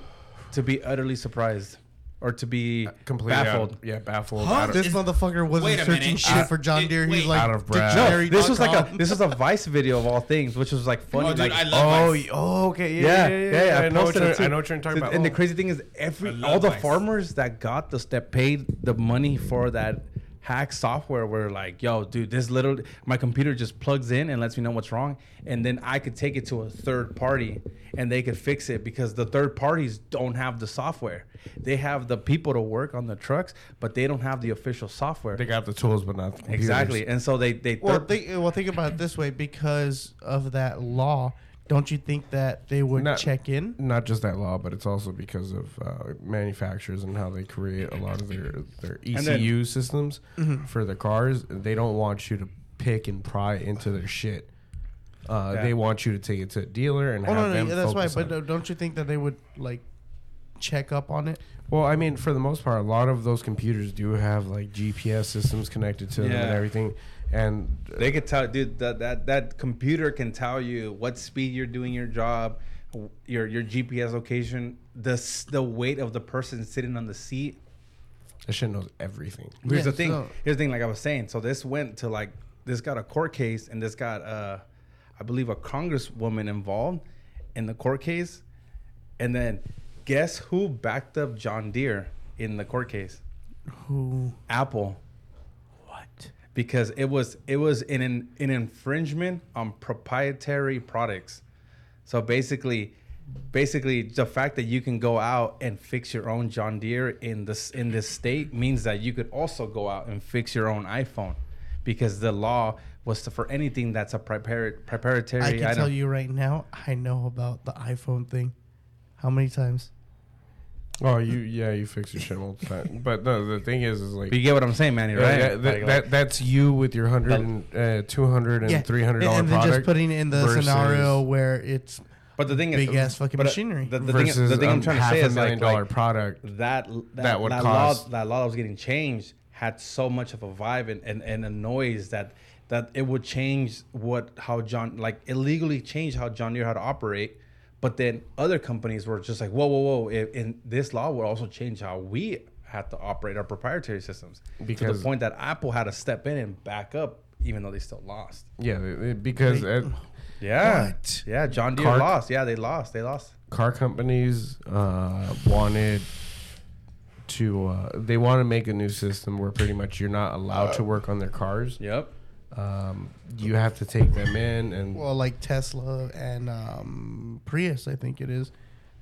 E: to be utterly surprised or to be
D: Uh,
A: Completely out-
E: baffled?
A: yeah, baffled.
G: Huh?
A: out of-
D: This
G: Is-
D: motherfucker wasn't
G: wait a
D: searching
G: minute,
D: shit
G: is-
D: for John
G: it-
D: Deere. He's
G: wait.
D: like
A: Out of breath.
E: No,
D: dictionary.
E: this was like a
D: dot com.
E: this was a Vice video of all things, which was like funny.
G: Oh, dude,
E: like,
G: I love.
A: Oh,
G: Vice.
A: y- oh, okay,
E: Yeah,
A: yeah,
E: yeah,
A: yeah,
E: yeah.
A: I, know what
E: posted
A: you're,
E: it too.
A: I know what you're talking about.
E: And the
A: Oh.
E: crazy thing is, every
G: love
E: all the
G: mice.
E: farmers that got the that paid the money for that hack software were like, "Yo, dude, this little my computer just plugs in and lets me know what's wrong, and then I could take it to a third party." And they could fix it because the third parties don't have the software. They have the people to work on the trucks, but they don't have the official software.
A: They got the tools, but not the computers.
E: exactly, and so they they
D: Well,
E: third-
D: think, well, think about it this way: because of that law, don't you think that they would
A: Not-
D: check in?
A: Not just that law, but it's also because of uh, manufacturers and how they create a lot of their their ECU
E: then-
A: systems for the cars. They don't want you to pick and pry into their shit. Uh,
E: Yeah.
A: They want you to take it to a dealer and
D: Oh
A: have
D: no, no,
A: them.
D: yeah, that's why.
A: focus
D: But
A: on it.
D: no, don't you think that they would like check up on it?
A: Well, I mean, for the most part, a lot of those computers do have like GPS systems connected to them and
E: Yeah.
A: everything. And
E: They could tell, dude. That that that computer can tell you what speed you're doing your job, your your GPS location, the s- the weight of the person sitting on the seat.
A: that shit knows everything.
E: Here's the
D: Yeah,
E: thing.
D: so-
E: Here's the thing. Like I was saying, so this went to like this got a court case, and this got uh, I believe a congresswoman involved in the court case, and then guess who backed up John Deere in the court case?
D: Who?
E: Apple.
D: What?
E: because it was it was an an, an infringement on proprietary products. So basically, basically the fact that you can go out and fix your own John Deere in this in this state means that you could also go out and fix your own iPhone, because the law was to, for anything that's a prepar- proprietary
D: I can
E: item.
D: tell you right now. I know about the iPhone thing. How many times?
A: Oh, you yeah, you fix your shit all the time. But no, the thing is, is like
E: But you get what I'm saying, Manny,
A: Yeah,
E: right?
A: that, that,
E: Like,
A: that- that's you with your hundred and uh, two hundred and
D: Yeah,
A: three hundred
D: and-
A: dollar
D: and then
A: product.
D: just putting it in the
A: versus-
D: scenario where it's
E: but the thing is,
D: big ass fucking
E: but, uh,
D: machinery.
E: The, the
A: versus
E: thing, the thing
A: um,
E: I'm trying to
A: half
E: say
A: a
E: is
A: million
E: like,
A: dollar
E: like
A: product.
E: that that
A: That
E: that,
A: would
E: law,
A: cause-
E: that law that was getting changed had so much of a vibe and, and, and a noise that that it would change what how John like illegally change how John Deere had to operate. But then other companies were just like, whoa, whoa, whoa! It, and this law would also change how we had to operate our proprietary systems to
A: Because-
E: the point that Apple had to step in and back up
J: even though they still lost.
A: Yeah, they- they- because uh,
E: Yeah. Yeah. John Deere lost. Yeah, they lost. They lost.
A: car companies uh, wanted to uh, they want to make a new system where pretty much you're not allowed to work on their cars.
J: Yep.
A: Um, you have to take them in and
D: well, like Tesla and um, Prius, I think it is.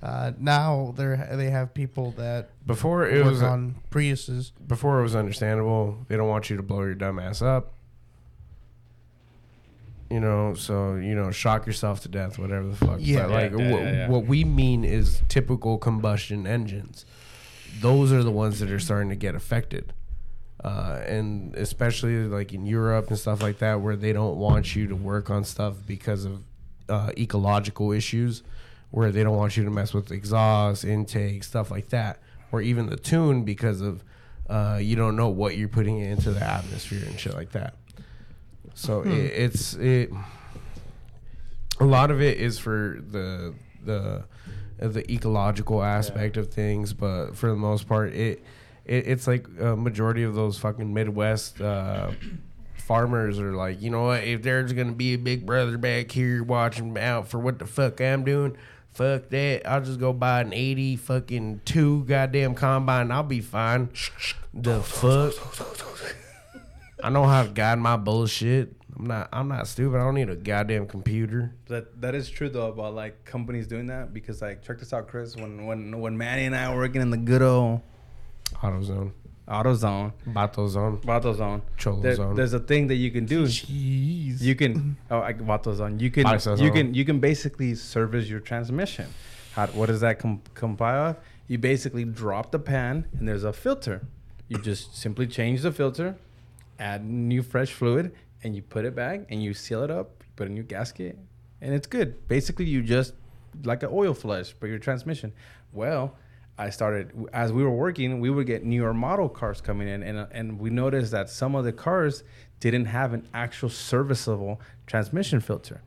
D: Uh, now they are they have people that
A: before it
D: work
A: was
D: on Priuses.
A: before it was understandable. They don't want you to blow your dumb ass up. You know, so you know, shock yourself to death, whatever the fuck.
D: Yeah.
A: but like
J: Yeah, yeah,
A: what,
J: yeah, yeah.
A: what we mean is typical combustion engines. Those are the ones that are starting to get affected, uh, and especially like in Europe and stuff like that, where they don't want you to work on stuff because of uh, ecological issues, where they don't want you to mess with exhaust, intake, stuff like that, or even the tune because of uh, you don't know what you're putting into the atmosphere and shit like that. So it, it's it. A lot of it is for the the the ecological aspect of things, but for the most part, it, it it's like a majority of those fucking Midwest. Uh, Farmers are like, you know what? If there's gonna be a big brother back here watching out for what the fuck I'm doing, fuck that. I'll just go buy an eighty fucking two goddamn combine. I'll be fine. The fuck. I know how to guide my bullshit. I'm not. I'm not stupid. I don't need a goddamn computer.
E: That that is true though about like companies doing that because like check this out, Chris. When when when Manny and I were working in the good old
A: AutoZone,
E: AutoZone,
A: BatoZone.
E: AutoZone,
A: Cholo
E: there,
A: zone.
E: there's a thing that you can do.
D: Jeez.
E: You can oh, I, AutoZone. You can
A: Autozone.
E: you can you can basically service your transmission. How, what does that com- compile? You basically drop the pan and there's a filter. You just simply change the filter, add new fresh fluid, and you put it back and you seal it up. You put a new gasket, and it's good. Basically, you just like an oil flush for your transmission. Well, I started as we were working, we would get newer model cars coming in, and and we noticed that some of the cars didn't have an actual serviceable transmission filter.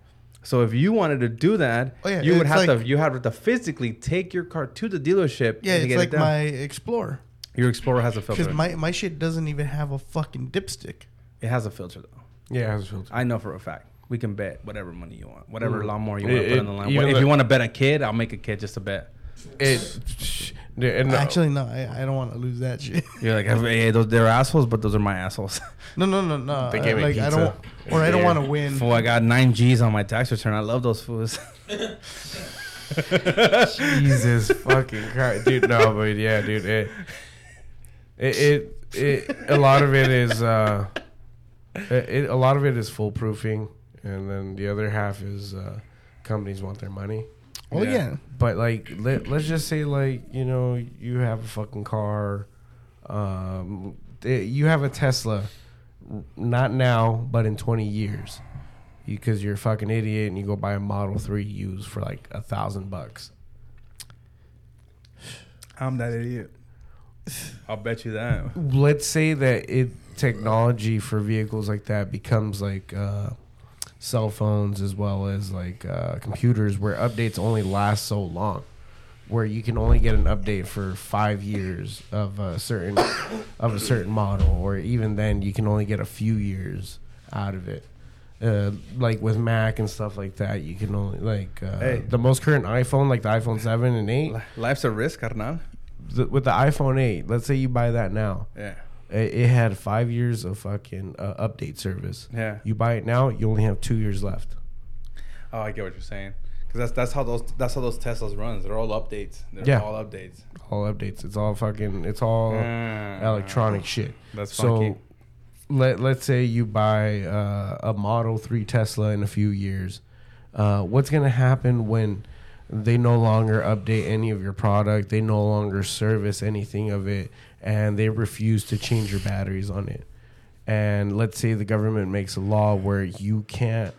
E: So if you wanted to do that,
D: Oh, yeah,
E: you would
D: it's
E: have to
D: like-
E: you had to physically take your car to the dealership.
D: Yeah,
E: and
D: it's
E: get
D: like
E: it done.
D: my Explorer
E: your Explorer has a
D: because
E: filter.
D: my my shit doesn't even have a fucking dipstick.
E: it has a filter though.
A: Yeah, it has a filter.
E: I know for a fact. We can bet whatever money you want, whatever
A: Mm.
E: lawnmower you want
A: It-
E: to put
A: it-
E: on the line.
A: even
E: If
A: the-
E: you want to bet a kid, I'll make a kid just to bet.
A: It. yeah, and no,
D: Actually, no, I, I don't want to lose that shit.
E: You're like, hey, those, they're assholes, but those are my assholes.
D: No, no, no, no.
A: They
D: I-
A: gave me
D: like I
A: pizza.
D: don't, or I don't want to win.
E: Fool, I got nine G's on my tax return. I love those fools.
A: Jesus fucking Christ, dude. No, but yeah, dude. It. It. It. it a lot of it is. Uh, it, it- a lot of it is foolproofing, and then the other half is uh, companies want their money.
D: Oh yeah.
A: But like, let, let's just say like you know you have a fucking car, um, it- you have a Tesla, not now but in twenty years, because you're a fucking idiot and you go buy a Model Three used for like a thousand bucks.
E: I'm that idiot. I'll bet you that.
A: Let's say that it technology for vehicles like that becomes like uh, cell phones as well as like uh, computers, where updates only last so long. where you can only get an update for five years of a certain of a certain model, or even then you can only get a few years out of it. Uh, like with Mac and stuff like that, you can only like uh,
E: Hey.
A: the most current iPhone, like the iPhone seven and eight.
E: Li- Life's a risk, carnal.
A: The, with the iPhone eight, let's say you buy that now,
E: Yeah.
A: it, it had five years of fucking uh, update service.
E: Yeah.
A: You buy it now, you only have two years left.
E: Oh, I get what you're saying. Because that's that's how those that's how those Teslas runs. They're all updates. They're
A: Yeah.
E: all updates. Ah.
A: All updates. It's all fucking. It's all. electronic shit.
E: Uh, That's
A: so.
E: funky.
A: Let let's say you buy uh, a Model Three Tesla in a few years. Uh, what's gonna happen when they no longer update any of your product? They no longer service anything of it, and they refuse to change your batteries on it. And let's say the government makes a law where you can't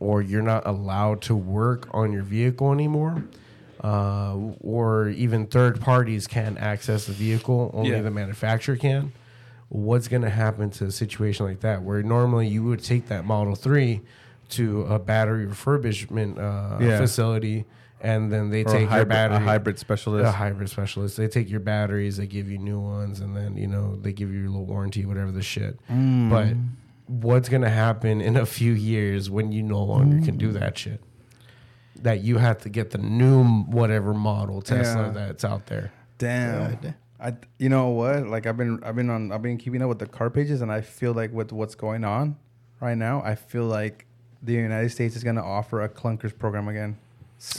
A: or you're not allowed to work on your vehicle anymore, uh, or even third parties can access the vehicle, only
E: Yeah.
A: the manufacturer can. What's going to happen to a situation like that, where normally you would take that Model 3 to a battery refurbishment uh,
E: Yeah.
A: facility, and then they
E: Or
A: take
E: a hybrid,
A: your battery.
E: a hybrid specialist.
A: A hybrid specialist. They take your
E: Mm.
A: batteries, they give you new ones, and then you know they give you a little warranty, whatever the shit. But what's gonna happen in a few years when you no longer can do
E: Mm.
A: that shit. That you have to get the new whatever model Tesla
E: Yeah.
A: that's out there.
E: Damn. I you know what? Like I've been I've been on I've been keeping up with the car pages and I feel like with what's going on right now, I feel like the United States is gonna offer a clunkers program again.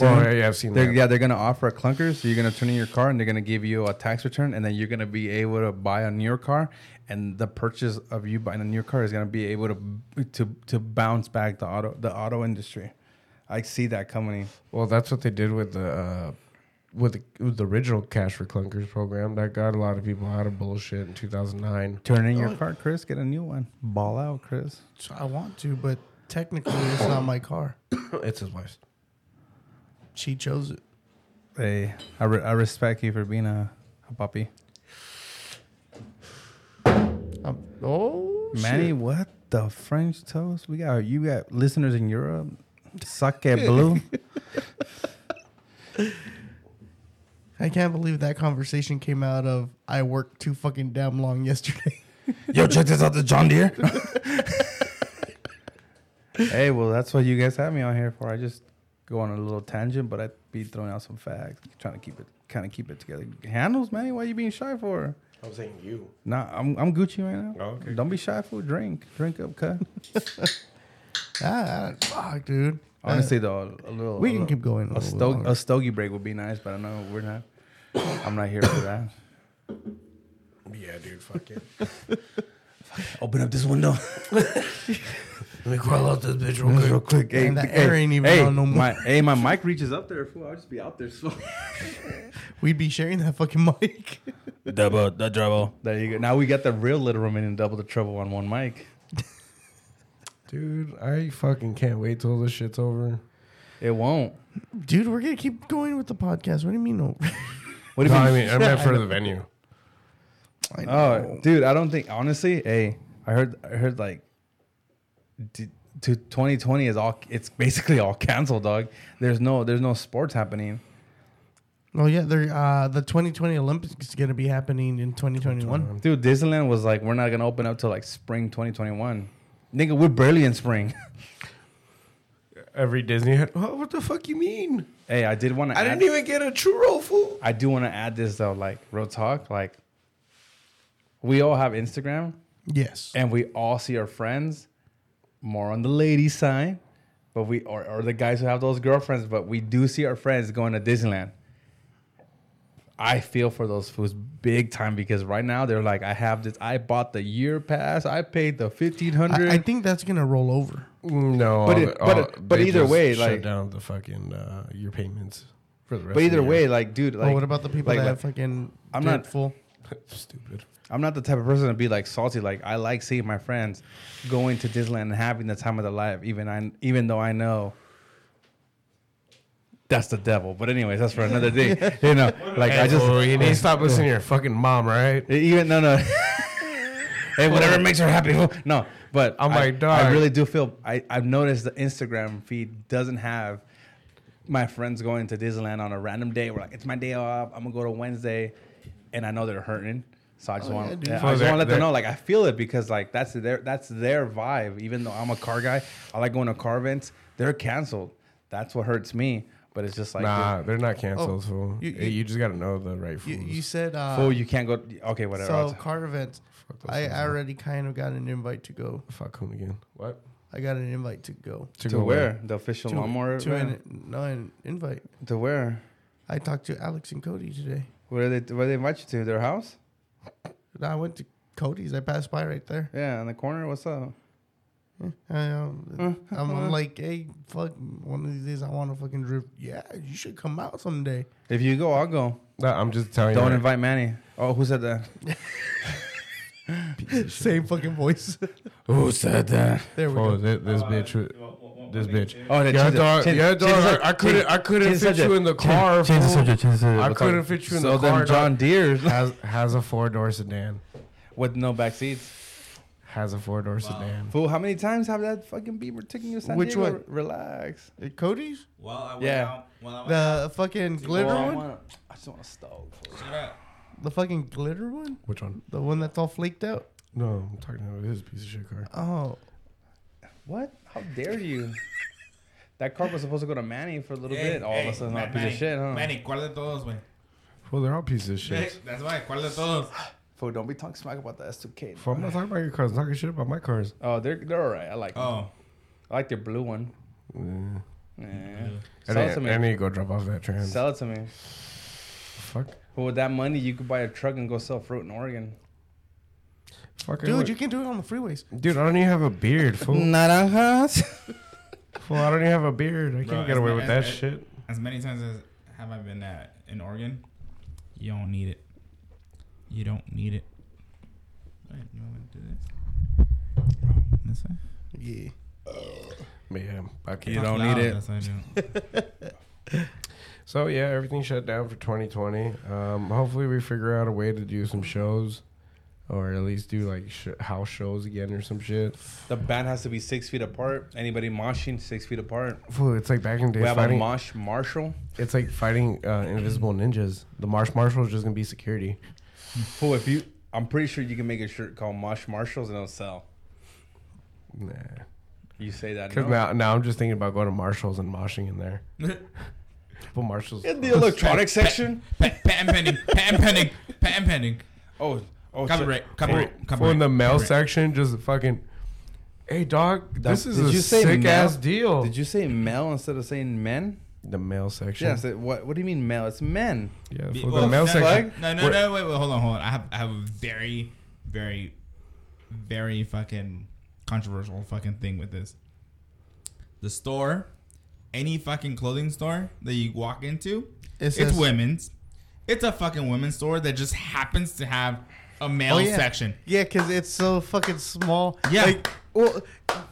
A: Well, Oh, yeah, I've seen
E: They're,
A: that.
E: yeah, they're gonna offer a clunkers. So you're gonna turn in your car, and they're gonna give you a tax return, and then you're gonna be able to buy a newer car. And the purchase of you buying a new car is gonna be able to to to bounce back the auto the auto industry. I see that coming.
A: Well, that's what they did with the uh, with the, with the original Cash for Clunkers program that got a lot of people out of bullshit in 2009.
E: Turn in your car, Chris. Get a new one. Ball out, Chris.
D: So I want to, but technically it's not my car.
A: it's his wife's.
D: She chose it.
E: Hey, I, re- I respect you for being a, a puppy.
D: Um, oh,
E: Manny,
D: shit.
E: what the French toast? We got you got listeners in Europe. Suck it, blue.
D: I can't believe that conversation came out of I worked too fucking damn long yesterday.
E: Yo, check this out, the John Deere. hey, well, that's what you guys have me on here for. I just go on a little tangent, but I'd be throwing out some facts, trying to keep it, kind of keep it together. Handles, Manny, why you being shy for?
A: I was saying you.
E: Nah, I'm, I'm Gucci right now.
A: Oh, okay.
E: Don't be shy for drink, drink up, cut.
D: ah, fuck, dude. Uh,
E: Honestly, though, a little.
D: we
E: a
D: can
E: little-
D: keep going a
E: A,
D: little bit
E: sto-
D: longer.
E: a stogie break would be nice, but I know we're not. I'm not here for that.
A: Yeah, dude. Fuck it.
E: Open up this window.
A: Let me crawl out this bitch real quick.
E: quick. Hey,
D: And the
E: hey,
D: air ain't even
E: hey,
D: on no more.
E: My, hey, my mic reaches up there. Fool, I'll just be out there. smoking.
D: We'd be sharing that fucking mic.
G: Double the trouble.
E: there you go. Now we got the real little room and double the trouble on one mic.
A: Dude, I fucking can't wait till this shit's over.
E: It won't.
D: Dude, we're gonna keep going with the podcast. What do you mean? No,
E: What
A: No,
E: if
A: I
E: you?
A: mean, I meant for the venue.
D: I
E: Oh,
D: know.
E: dude, I don't think honestly. Hey, I heard. I heard like. d- To 2020 is all. It's basically all canceled, dog. There's no. There's no sports happening.
D: oh yeah, they're, uh, the 2020 Olympics is gonna be happening in 2021.
E: Dude, Disneyland was like, we're not gonna open up till like spring 2021. Nigga, we're barely in spring.
A: Every Disney had, oh, what the fuck you mean?
E: hey, I did want to.
A: I didn't even get a churro, fool.
E: I do want to add this though, like real talk, like we all have Instagram
D: Yes.
E: and we all see our friends more on the lady side, but we or, or the guys who have those girlfriends, but we do see our friends going to Disneyland. I feel for those fools big time because right now they're like, I have this, I bought the year pass, I paid the fifteen hundred.
D: I, I think that's gonna roll over.
A: No,
E: But
A: all
E: it-
A: the-
E: but
A: all-
E: it- but
A: they
E: either
A: just
E: way,
A: shut
E: like-
A: down the fucking uh, your payments for the rest.
E: But
A: of
E: either
A: the
E: way,
A: year.
E: like, dude, like,
D: But Oh, what about the people
E: like,
D: that
E: like,
D: have fucking?
E: I'm
D: I'm
E: not-
D: not full.
A: stupid.
E: I'm not the type of person to be like salty. Like, I like seeing my friends going to Disneyland and having the time of their life, even I, even though I know that's the devil. But anyways, that's for another day. you know, like I just
A: you need to stop listening to your fucking mom, right?
E: E, even no no. hey, whatever makes her happy. No, but
A: I'm
E: I-
A: like,
E: I
A: dog.
E: really do feel. I I've noticed the Instagram feed doesn't have my friends going to Disneyland on a random day. We're like, it's my day off. I'm gonna go to Wednesday, and I know they're hurting. So I just want, yeah,
A: Oh, So
E: I
A: they're-
E: just want to let
A: they're-
E: them know, like I feel it because like that's their that's their vibe. Even though I'm a car guy, I like going to car events. They're canceled. That's what hurts me. But it's just like,
A: Nah, they're not canceled,
D: Oh,
A: fool.
D: you-
A: You,
D: you-
A: just gotta know the right
D: You,
A: fools.
D: you said uh,
E: oh, you can't go. Okay, whatever.
D: so
E: I'll-
D: car events.
A: those
D: I,
A: things,
D: I already kind of got an invite to go.
A: Fuck whom again? What?
D: I got an invite to go.
E: to
A: go
E: where the official
D: To,
E: lawnmower
D: to
E: event?
D: an, no an invite.
E: To where?
D: I talked to Alex and Cody today.
E: Where they where they invite you to? Their house?
D: I went to Cody's. I passed by right there.
E: Yeah, in the corner. What's
D: I,
E: up? Mm-hmm.
D: um, I'm,
E: Uh-huh.
D: I'm like, hey, fuck. One of these days, I want to fucking drip. Yeah, you should come out someday.
E: If you go, I'll go.
A: Nah, I'm just telling
E: Don't
A: you.
E: invite Manny. Oh, who said that?
D: Same fucking voice.
E: Who said that?
D: there we go.
A: Oh, thi- this bitch. wa- This bitch.
E: Oh, that
A: Yeah,
E: change the-
A: dog.
E: change-
A: yeah,
E: change the
A: dog.
E: subject.
A: I, I couldn't. I couldn't
E: Change the
A: fit you
E: subject.
A: in the car.
E: Change the
A: fool.
E: subject, change the subject.
A: I
E: We're
A: couldn't
E: talking-
A: fit you in
E: so
A: the car.
E: them John Deere's
A: has has a four door sedan.
E: with no back seats.
A: Has a four door sedan.
E: Fool, how many times have that fucking Beamer taken you to San
D: Which
E: Diego?
D: one?
E: Relax.
D: Uh, Cody's?
G: Well, I went
E: Yeah.
G: out. Well, I went out.
D: The fucking glitter
E: Oh, I
D: one?
E: wanna- I just want to stove.
G: Shut up.
D: The fucking glitter one?
A: Which one?
D: The one that's all flaked out?
A: No, I'm talking about his piece of shit car.
D: Oh,
E: What? How dare you? that car was supposed to go to Manny for a little bit. All of a sudden,
G: Ma-
E: that piece
G: Manny,
E: of shit, huh?
G: Manny, ¿cuál de todos, güey?
A: Well, they're all pieces of shit.
G: That's why, ¿cuál de todos?
E: Fool, don't be talking smack about the S2K.
A: If I'm not talking about your cars, I'm talking shit about my cars.
E: Oh, they're they're all right. I like. them.
G: Oh.
E: I like their blue one.
A: Yeah.
E: Nah.
A: I,
E: Sell it to
A: need,
E: me.
A: I need to go drop off that trans.
E: Sell it to me.
A: Fuck.
E: But with that money, you could buy a truck and go sell fruit in Oregon.
A: Fuck I
D: dude,
A: would.
D: you can do it on the freeways.
A: Dude, I don't even have a beard, fool.
E: Naranjas.
A: fool, I don't even have a beard. I
G: Bro,
A: can't get
G: it's
A: away
G: not-
A: with that
G: it- it-
A: shit.
G: As many times as have I been at, in Oregon, you don't need it. You don't need it. Alright, you want to do this? This way?
D: Yeah.
A: But yeah, fuck it.
G: Talk
E: don't
G: loud,
E: need it.
G: that's what I do.
A: So yeah, everything shut down for 2020. Um, hopefully, we figure out a way to do some shows, or at least do like sh- house shows again or some shit.
E: the band has to be six feet apart. Anybody moshing six feet apart.
A: Fool, it's like back in the
E: We
A: day
E: have a
A: fighting.
E: mosh marshal.
A: it's like fighting uh, invisible ninjas. The marsh marshal is just gonna be security.
E: Fool, if you, I'm pretty sure you can make a shirt called Mosh Marshals and it'll sell.
A: Nah,
E: You say that
A: because now now I'm just thinking about going to Marshalls and moshing in there. People Marshalls.
E: In the electronics section.
G: Pa- patent pending. Patent pending. Patent pending.
E: Oh, oh,
G: Copyright.
A: Fool,
G: Copyright.
A: fool
G: Copyright.
A: in the mail
G: copyright.
A: section, just fucking. Hey dog, this
E: That-
A: is
E: did
A: a
E: you say
A: sick ass
E: mail?
A: deal.
E: Did you say male instead of saying men?
A: the mail section.
E: Yeah. I said, what What do you mean male? It's men.
A: yeah.
G: Be-
A: Fool,
G: oh,
A: the mail
G: no,
A: section.
G: No, no, no, wait, wait, hold on, hold on. I have, I have a very, very, very fucking controversial fucking thing with this. The store, any fucking clothing store that you walk into,
D: It
G: it's
D: says-
G: women's. It's a fucking women's store that just happens to have a male
D: Oh, yeah.
G: section.
D: Yeah, because it's so fucking small.
G: Yeah.
D: Like, well,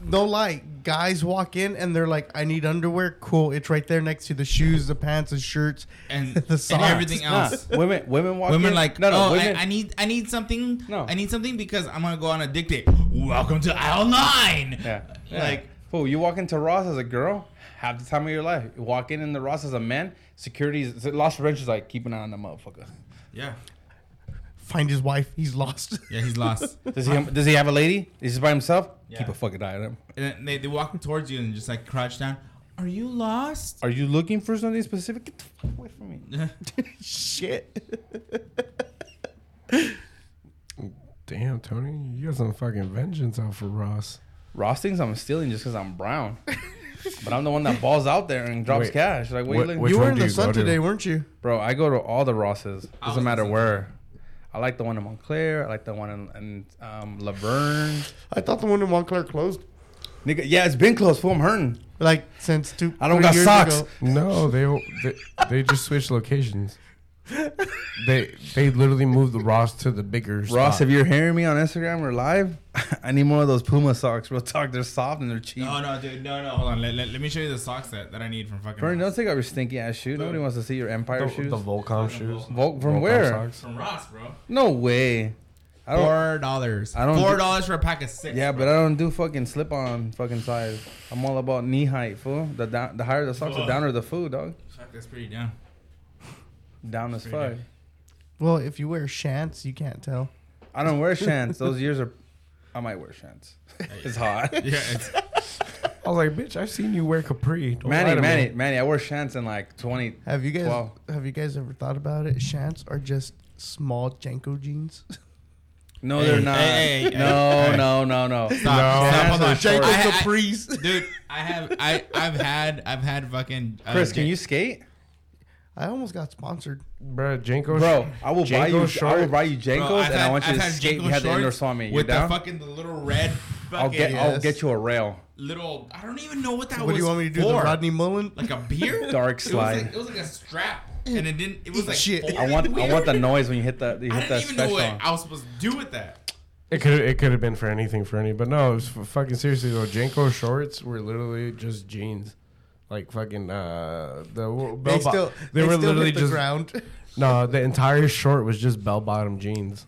D: no lie. Guys walk in and they're like, I need underwear. Cool. It's right there next to the shoes, the pants, the shirts,
G: And,
D: the
G: and
D: socks.
G: everything
E: Nah,
G: else.
E: Ah, women, women walk.
G: Women
E: in-
G: like,
E: no, no.
G: oh,
E: women,
G: I, I need, I need something.
E: No.
G: I need something because I'm gonna go on a dictate. Welcome to aisle nine.
E: Yeah. yeah.
G: Like,
E: fool, you walk into Ross as a girl, half the time of your life. You walk in in the Ross as a man, security is Lost Prevention is like, keep an eye on the motherfucker.
G: yeah,
D: Find his wife. He's lost.
G: yeah, he's lost.
E: Does he does he have a lady? Is he by himself?
G: Yeah.
E: Keep a fucking eye on him.
G: And then they, they walk towards you and just like crouch down. Are you lost?
E: Are you looking for something specific? Get the fuck away from me.
D: Shit.
A: Damn, Tony, you got some fucking vengeance out for Ross.
E: Ross thinks I'm stealing just because I'm brown. but I'm the one that balls out there and drops
A: Wait.
E: cash. Like,
A: What-
E: what, you looking
A: which
D: you
A: one
D: were in
A: do
D: the
A: you go
D: sun
A: to?
D: today, weren't you?
E: Bro, I go to all the Rosses.
G: was
E: Doesn't matter
G: listening.
E: where. I like the one in Montclair. I like the one in, in um, Laverne.
D: I thought the one in Montclair closed.
E: Nigga, yeah, it's been closed. Fool, I'm hurting.
D: Like since two.
E: I don't
D: three
E: got
D: years
E: socks.
D: ago.
A: No, they they, they just switched locations. They they literally moved the Ross to the bigger
E: Ross,
A: spot.
E: if you're hearing me on Instagram or live, I need more of those Puma socks. Real talk, they're soft and they're cheap.
G: No, no, dude, no, no. Hold on. Let, let, let me show you the socks that, that I need from fucking.
E: Vernon, don't take off your stinky ass shoe. Nobody wants to see your Empire
A: the,
E: shoes.
A: the Volcom shoes.
E: Volk from
A: Volcom
E: where?
A: socks.
G: from Ross, bro.
E: No way. I don't.
G: Four dollars.
E: I don't
G: Four
E: do-
G: dollars for a pack of six.
E: yeah,
G: bro.
E: but I don't do fucking slip on fucking size. I'm all about knee height, fool. The down, the higher the socks, the
G: Fuck.
E: downer the food, dog.
G: Fuck, that's pretty down.
E: Down as
G: Pretty
E: fuck.
G: good.
D: Well, if you wear shants, you can't tell.
E: I don't wear shants. Those years are. I might wear shants. It's hot.
G: Yeah, it's,
A: I was like, bitch, I've seen you wear Capri. Don't lie
E: Manny,
A: to me.
E: Manny, Manny. I wore shants in like 20.
D: Have you guys?
E: Wow.
D: Have you guys ever thought about it? Shants are just small Janko jeans.
E: No,
G: Hey,
E: they're not.
G: hey, hey, hey.
E: no,
G: Hey.
E: no, no, no,
G: Stop, stop, hold
E: Shants are
G: on.
E: short.
G: I- I-
D: Capris.
G: dude, I have, I, I've had, I've had fucking. uh,
E: Chris, can
G: J-
E: you skate?
D: I almost got sponsored.
A: Bruh, Janko,
E: Bro, I will buy
A: Janko
E: you. I will
A: shorts.
E: buy you Jankos,
G: Bro, I've
E: and
G: had-
E: I want you
G: I've
E: to
G: had
E: skate.
G: Jenko
E: You had the indoor
G: shorts
E: swami. You
G: with
E: down?
G: the fucking the little red. Fucking uh,
E: I'll get. I'll
D: Yes.
E: get you a rail.
G: little. I don't even know what that
D: What
G: was.
D: do you want me to do?
G: For.
D: The Rodney Mullen?
G: Like a beer?
E: Dark
G: It was,
E: slide.
G: like, it was like a strap, and it didn't. It was like.
D: Shit. I
E: I
G: folded
E: want. I
G: weird.
E: want the noise when you hit that. You
G: I
E: hit that
G: didn't even know
E: special.
G: what I was supposed to do with that.
A: it could it could have been for anything for any, but no, it was for fucking seriously though. Janko shorts were literally just jeans, like fucking uh the
D: They still. They,
A: were
D: still
A: literally
D: hit the
A: just
D: ground.
A: no. The entire short was just bell bottom jeans.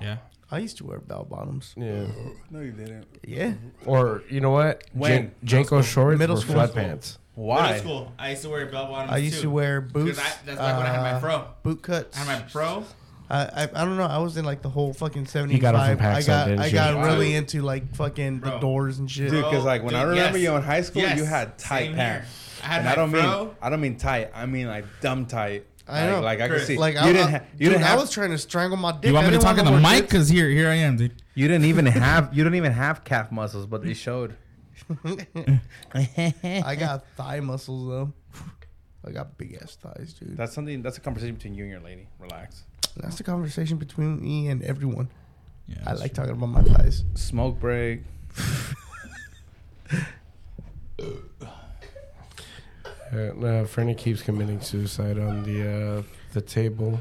G: Yeah.
D: I used to wear bell bottoms.
A: Yeah.
E: No, you didn't.
D: Yeah.
A: Or you know what?
E: When?
A: Jan- Janko shorts
D: Middle
A: were
D: school.
A: sweatpants.
E: Why?
G: Middle school, I used to wear bell bottoms.
D: I used
G: too.
D: to wear boots.
G: Because I- that's back when I had my
D: uh,
G: fro.
D: Boot cuts.
G: I had my pro.
D: I, I I don't know. I was in like the whole fucking seventy
A: got it from
D: five. I
A: Paxson,
D: got
A: didn't
D: I
A: you?
D: got
G: Wow.
D: really into like fucking the
G: Bro.
D: doors and shit.
E: Dude, because like when I
G: Dude,
E: remember
G: yes.
E: you in high school,
G: Yes.
E: you had tight
G: Same here.
E: pants.
G: I had
E: and
G: my
E: I don't mean
G: fro.
E: I don't mean tight. I mean like dumb tight.
D: I
E: like,
D: know.
E: Like I could
G: Correct.
E: see.
D: Like
E: you
D: I,
E: didn't.
D: I,
E: Ha- you
D: dude,
E: didn't
D: I
E: have.
D: was trying to strangle my dick.
G: You want
D: I
G: me to
D: didn't
G: talk in
D: no
G: the
D: more
G: mic?
D: dick.
G: Cause here, here I am, dude.
K: You didn't even have you didn't even have calf muscles, but they showed.
D: I got thigh muscles though. I got big ass thighs, dude.
E: that's something. That's a conversation between you and your lady. Relax.
D: That's the conversation between me and everyone.
G: Yeah,
D: I
G: that's
D: like
G: true.
D: talking about my thighs.
E: Smoke break.
A: And, uh, Fernie keeps committing suicide on the uh, the table.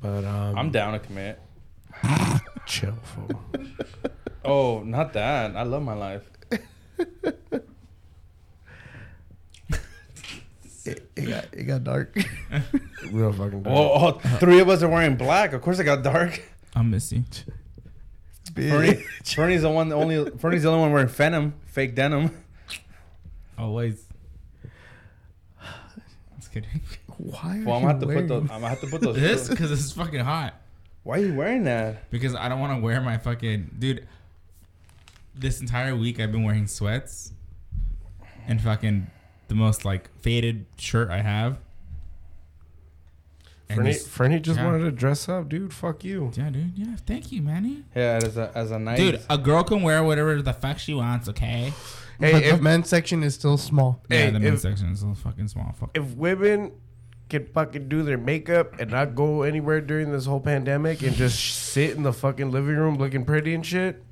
A: But um,
E: I'm down to commit.
A: chill, fool.
E: Oh, not that. I love my life.
D: It, it got it got dark.
A: Real fucking.
E: Oh, oh, three of us are wearing black. Of course, it got dark.
G: I miss you.
E: Fernie,
D: Bitch.
E: Fernie's the one. The only Fernie's the only one wearing phantom, fake denim.
G: Always. Just kidding.
D: Why are
E: Well,
D: you
E: I'm gonna have to put
D: wearing
E: those. I'm gonna have to put those.
G: This because it's fucking hot.
E: Why are you wearing that?
G: Because I don't want to wear my fucking dude. This entire week I've been wearing sweats and fucking the most like faded shirt I have. And
A: Fernie,
G: this-
A: Fernie just
G: yeah.
A: wanted to dress up, dude. Fuck you.
G: yeah, dude. Yeah, thank you, Manny.
E: Yeah, as a as a nice
G: Dude, a girl can wear whatever the fuck she wants. Okay.
A: Hey,
D: but
A: if,
D: the men's section is still small.
G: yeah,
A: Hey,
G: the men's
A: if-
G: section is a little fucking small. Fuck.
A: if women can fucking do their makeup and not go anywhere during this whole pandemic and just sit in the fucking living room looking pretty and shit,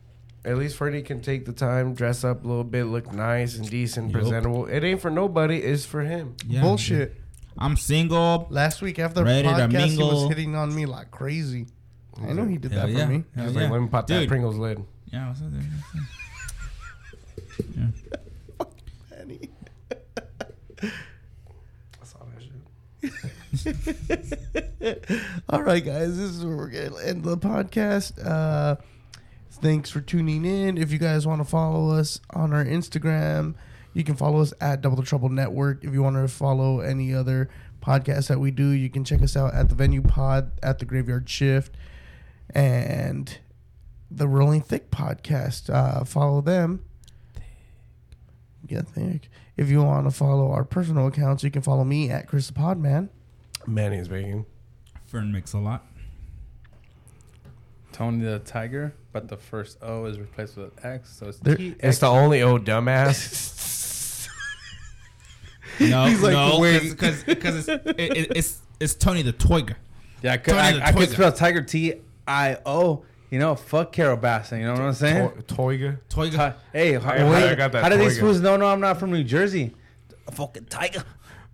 A: at least Fernie can take the time, dress up a little bit, look nice and decent,
G: Yup.
A: presentable. It ain't for nobody. It's for him.
G: Yeah,
D: Bullshit.
G: dude. I'm single.
D: Last week after the
G: Ready to
D: podcast, he was
G: mingle.
D: hitting on me like crazy. I know he did
G: Hell
D: that
G: yeah.
D: for me.
G: Hell
A: He's
G: yeah.
A: like, let me pop that
G: Dude.
A: Pringles lid.
G: Yeah, what's up, dude?
D: Manny. All right, guys, this is where we're gonna end the podcast. Uh, thanks for tuning in. If you guys want to follow us on our Instagram, you can follow us at Double the Trouble Network. If you want to follow any other podcasts that we do, you can check us out at the Venue Pod, at the Graveyard Shift, and the Rolling Thick podcast. Uh, follow them. Yeah, thick. If you want to follow our personal accounts, you can follow me at Chris the Podman.
A: Manny's baking.
G: Fern mix a lot.
E: Tony the Tiger, but the first O is replaced with an X, so it's
D: There-
E: T
A: It's
E: X.
A: the only old dumbass.
G: No,
D: He's like,
G: no,
D: wait.
G: because because it's it, it, it's it's Tony the Toyger.
E: Yeah, I could,
G: Tony the
E: I, I could
G: Tiger.
E: spell Tiger T I O. You know, fuck Carol Baskin. You know what I'm saying?
A: Toyga.
G: Toyger.
E: Hey, how,
A: I- I
E: how,
A: got that
E: how do these
A: Toyga.
E: fools know? No, I'm not from New Jersey.
L: Fucking tiger.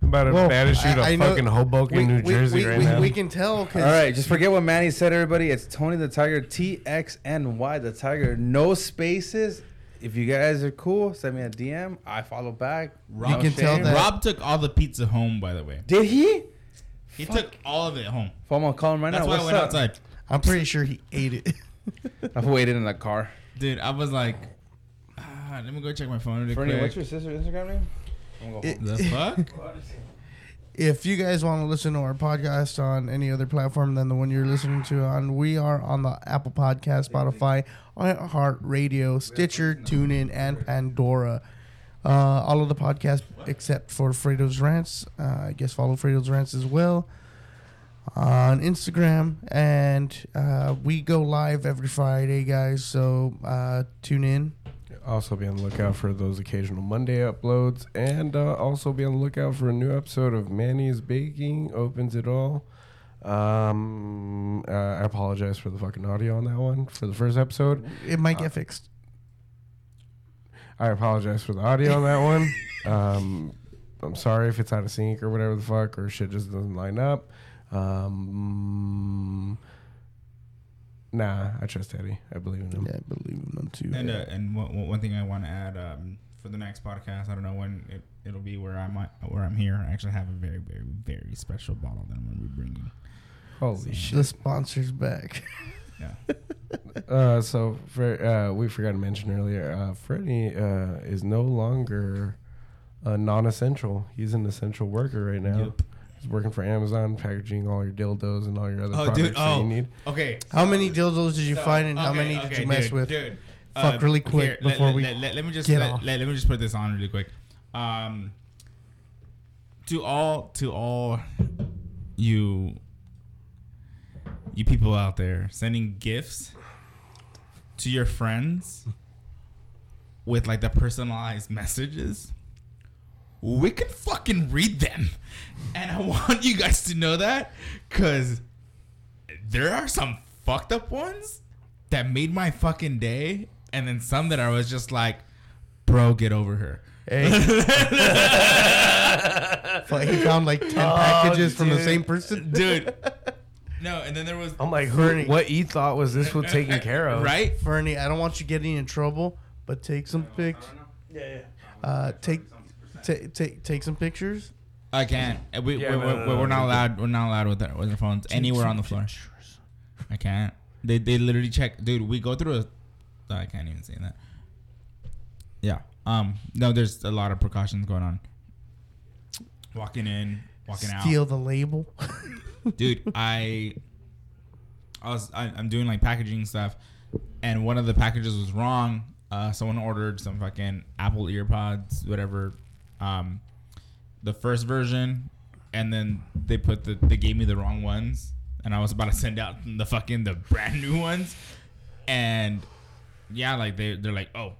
A: About to
D: Well,
A: banish you to
D: I- I know-
A: fucking Hoboken, New Jersey
D: we,
A: right
D: we,
A: now.
D: we can tell because
E: All right, just forget what Manny said, everybody. It's Tony the Tiger, T X N Y, the Tiger. No spaces. If you guys are cool, send me a DM. I follow back.
G: Rob,
D: can tell that-
G: Rob took all the pizza home. By the way,
E: Did he?
G: he took all of it home.
E: Well, I'm gonna call him right
G: That's
E: now.
G: why I
E: What's
G: went
E: up?
G: outside,
D: I'm pretty sure he ate it.
E: I've waited in the car.
G: dude. I was like, ah, let me go check my phone. Really
E: Bernie,
G: quick.
E: what's your sister's Instagram name? I'm gonna go
D: It-
G: the fuck?
D: if you guys want to listen to our podcast on any other platform than the one you're listening to on, we are on the Apple Podcast, Spotify, iHeartRadio, Stitcher, TuneIn, and Pandora. Uh, all of the podcasts except for Fredo's Rants. Uh, I guess follow Fredo's Rants as well on Instagram. And uh, we go live every Friday, guys. So uh, tune in.
A: Also be on the lookout for those occasional Monday uploads, and uh, also be on the lookout for a new episode of Manny's Baking opens it all. Um, uh, I apologize for the fucking audio on that one for the first episode.
D: It might get fixed.
A: I apologize for the audio on that one. Um, I'm sorry if it's out of sync or whatever the fuck, or shit just doesn't line up. Um, nah, I trust Eddie. I believe in him.
D: Yeah, I believe in them too.
G: And uh, and one- one one thing I want to add um, for the next podcast, I don't know when it, it'll be where I'm at- where I'm here. I actually have a very very very special bottle that I'm gonna be bringing.
A: Holy shit.
D: the sponsor's back.
G: Yeah,
A: Uh, so for, uh, we forgot to mention earlier, uh, Freddie uh, is no longer a non-essential. He's an essential worker right now.
G: Yep.
A: working for Amazon, packaging all your dildos and all your other
G: Oh,
A: products
G: dude.
A: that
G: Oh,
A: you need.
G: okay.
D: How many dildos did you
G: So,
D: find and how
G: okay,
D: many did
G: okay,
D: you mess
G: dude,
D: with?
G: Dude, Um,
D: Fuck really quick
G: let-
D: before
G: let,
D: we
G: Let, let, let me just
D: get
G: let,
D: off.
G: Let, let me just put this on really quick. Um, to all to all you you people out there sending gifts to your friends with like the personalized messages we can fucking read them. And I want you guys to know that because there are some fucked up ones that made my fucking day. And then some that I was just like, bro, get over her.
D: Fuck, he found like 10
A: Oh,
D: packages from the same person.
G: Dude. No, and then there was,
A: I'm like, who, what e thought was this was taken care of?
G: right?
D: Fernie, I don't want you getting in trouble, but take some pics. Yeah, yeah. Uh, take, take, take, take some pictures.
G: I can't. We,
A: Yeah,
G: we,
A: no,
G: we,
A: no, no,
G: we're
A: no,
G: not
A: no.
G: allowed. We're not allowed with our, with our phones anywhere on the floor. I can't. They, they literally check, dude. We go through a. oh, I can't even say that. Yeah. Um. No, there's a lot of precautions going on. Walking in, walking
D: Steal the label.
G: out, dude. I. I was. I, I'm doing like packaging stuff, and one of the packages was wrong. Uh, someone ordered some fucking Apple earpods, whatever. Um, the first version, and then they put the they gave me the wrong ones, and I was about to send out the fucking the brand new ones, and yeah, like they they're like, oh,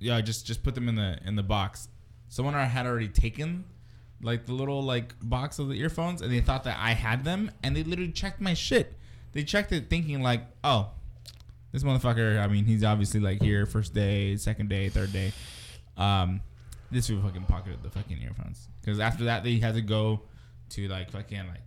G: yeah, just just put them in the in the box. Someone I had already taken like the little like box of the earphones, and they thought that I had them, and they literally checked my shit. They checked it thinking like, oh, this motherfucker. I mean, he's obviously like here first day, second day, third day. Um, this dude fucking pocketed the fucking earphones because after that they had to go to like fucking like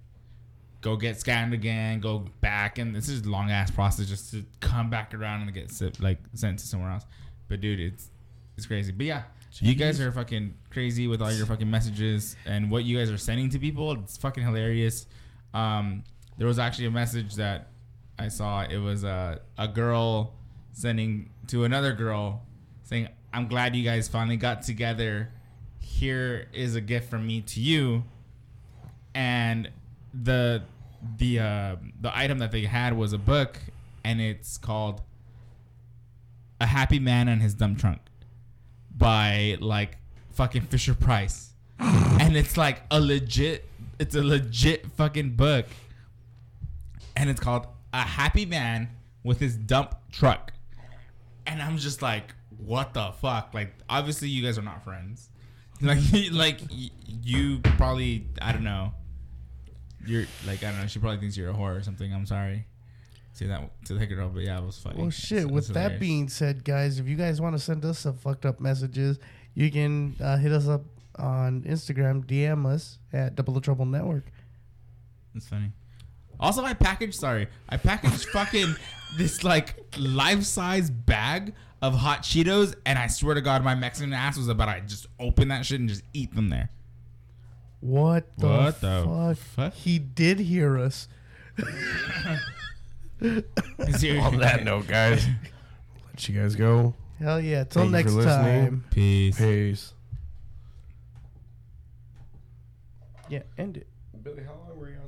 G: go get scanned again, go back, and this is a long ass process just to come back around and get sip, like sent to somewhere else. But dude, it's it's crazy. But yeah, you guys are fucking crazy with all your fucking messages and what you guys are sending to people. It's fucking hilarious. Um, there was actually a message that I saw. It was a a girl sending to another girl saying, "I'm glad you guys finally got together. Here is a gift from me to you." and the the uh, the item that they had was a book, and it's called "A Happy Man and His Dumb Trunk" by like fucking Fisher Price, and it's like a legit, it's a legit fucking book, and it's called "A Happy Man with His Dump Truck," and I'm just like, what the fuck? Like, obviously you guys are not friends like like y- you probably I don't know. You're like I don't know. She probably thinks you're a whore or something. I'm sorry. To that to that girl, but yeah, I was funny.
D: Well, shit. with that being said, guys, if you guys want to send us some fucked up messages, you can uh, hit us up on Instagram, DM us at Double the Trouble Network.
G: it's funny. Also, I packaged. Sorry, I packaged fucking this like life size bag of hot Cheetos, and I swear to God, my Mexican ass was about to just open that shit and just eat them there.
D: What the,
G: What the
D: fuck?
G: fuck?
D: He did hear us.
A: On that note, guys, let you guys go.
D: Hell yeah. Till
A: Thank you
D: next
A: for listening.
D: time.
G: Peace.
A: Peace.
D: Yeah, end it.
A: Billy, how long were you on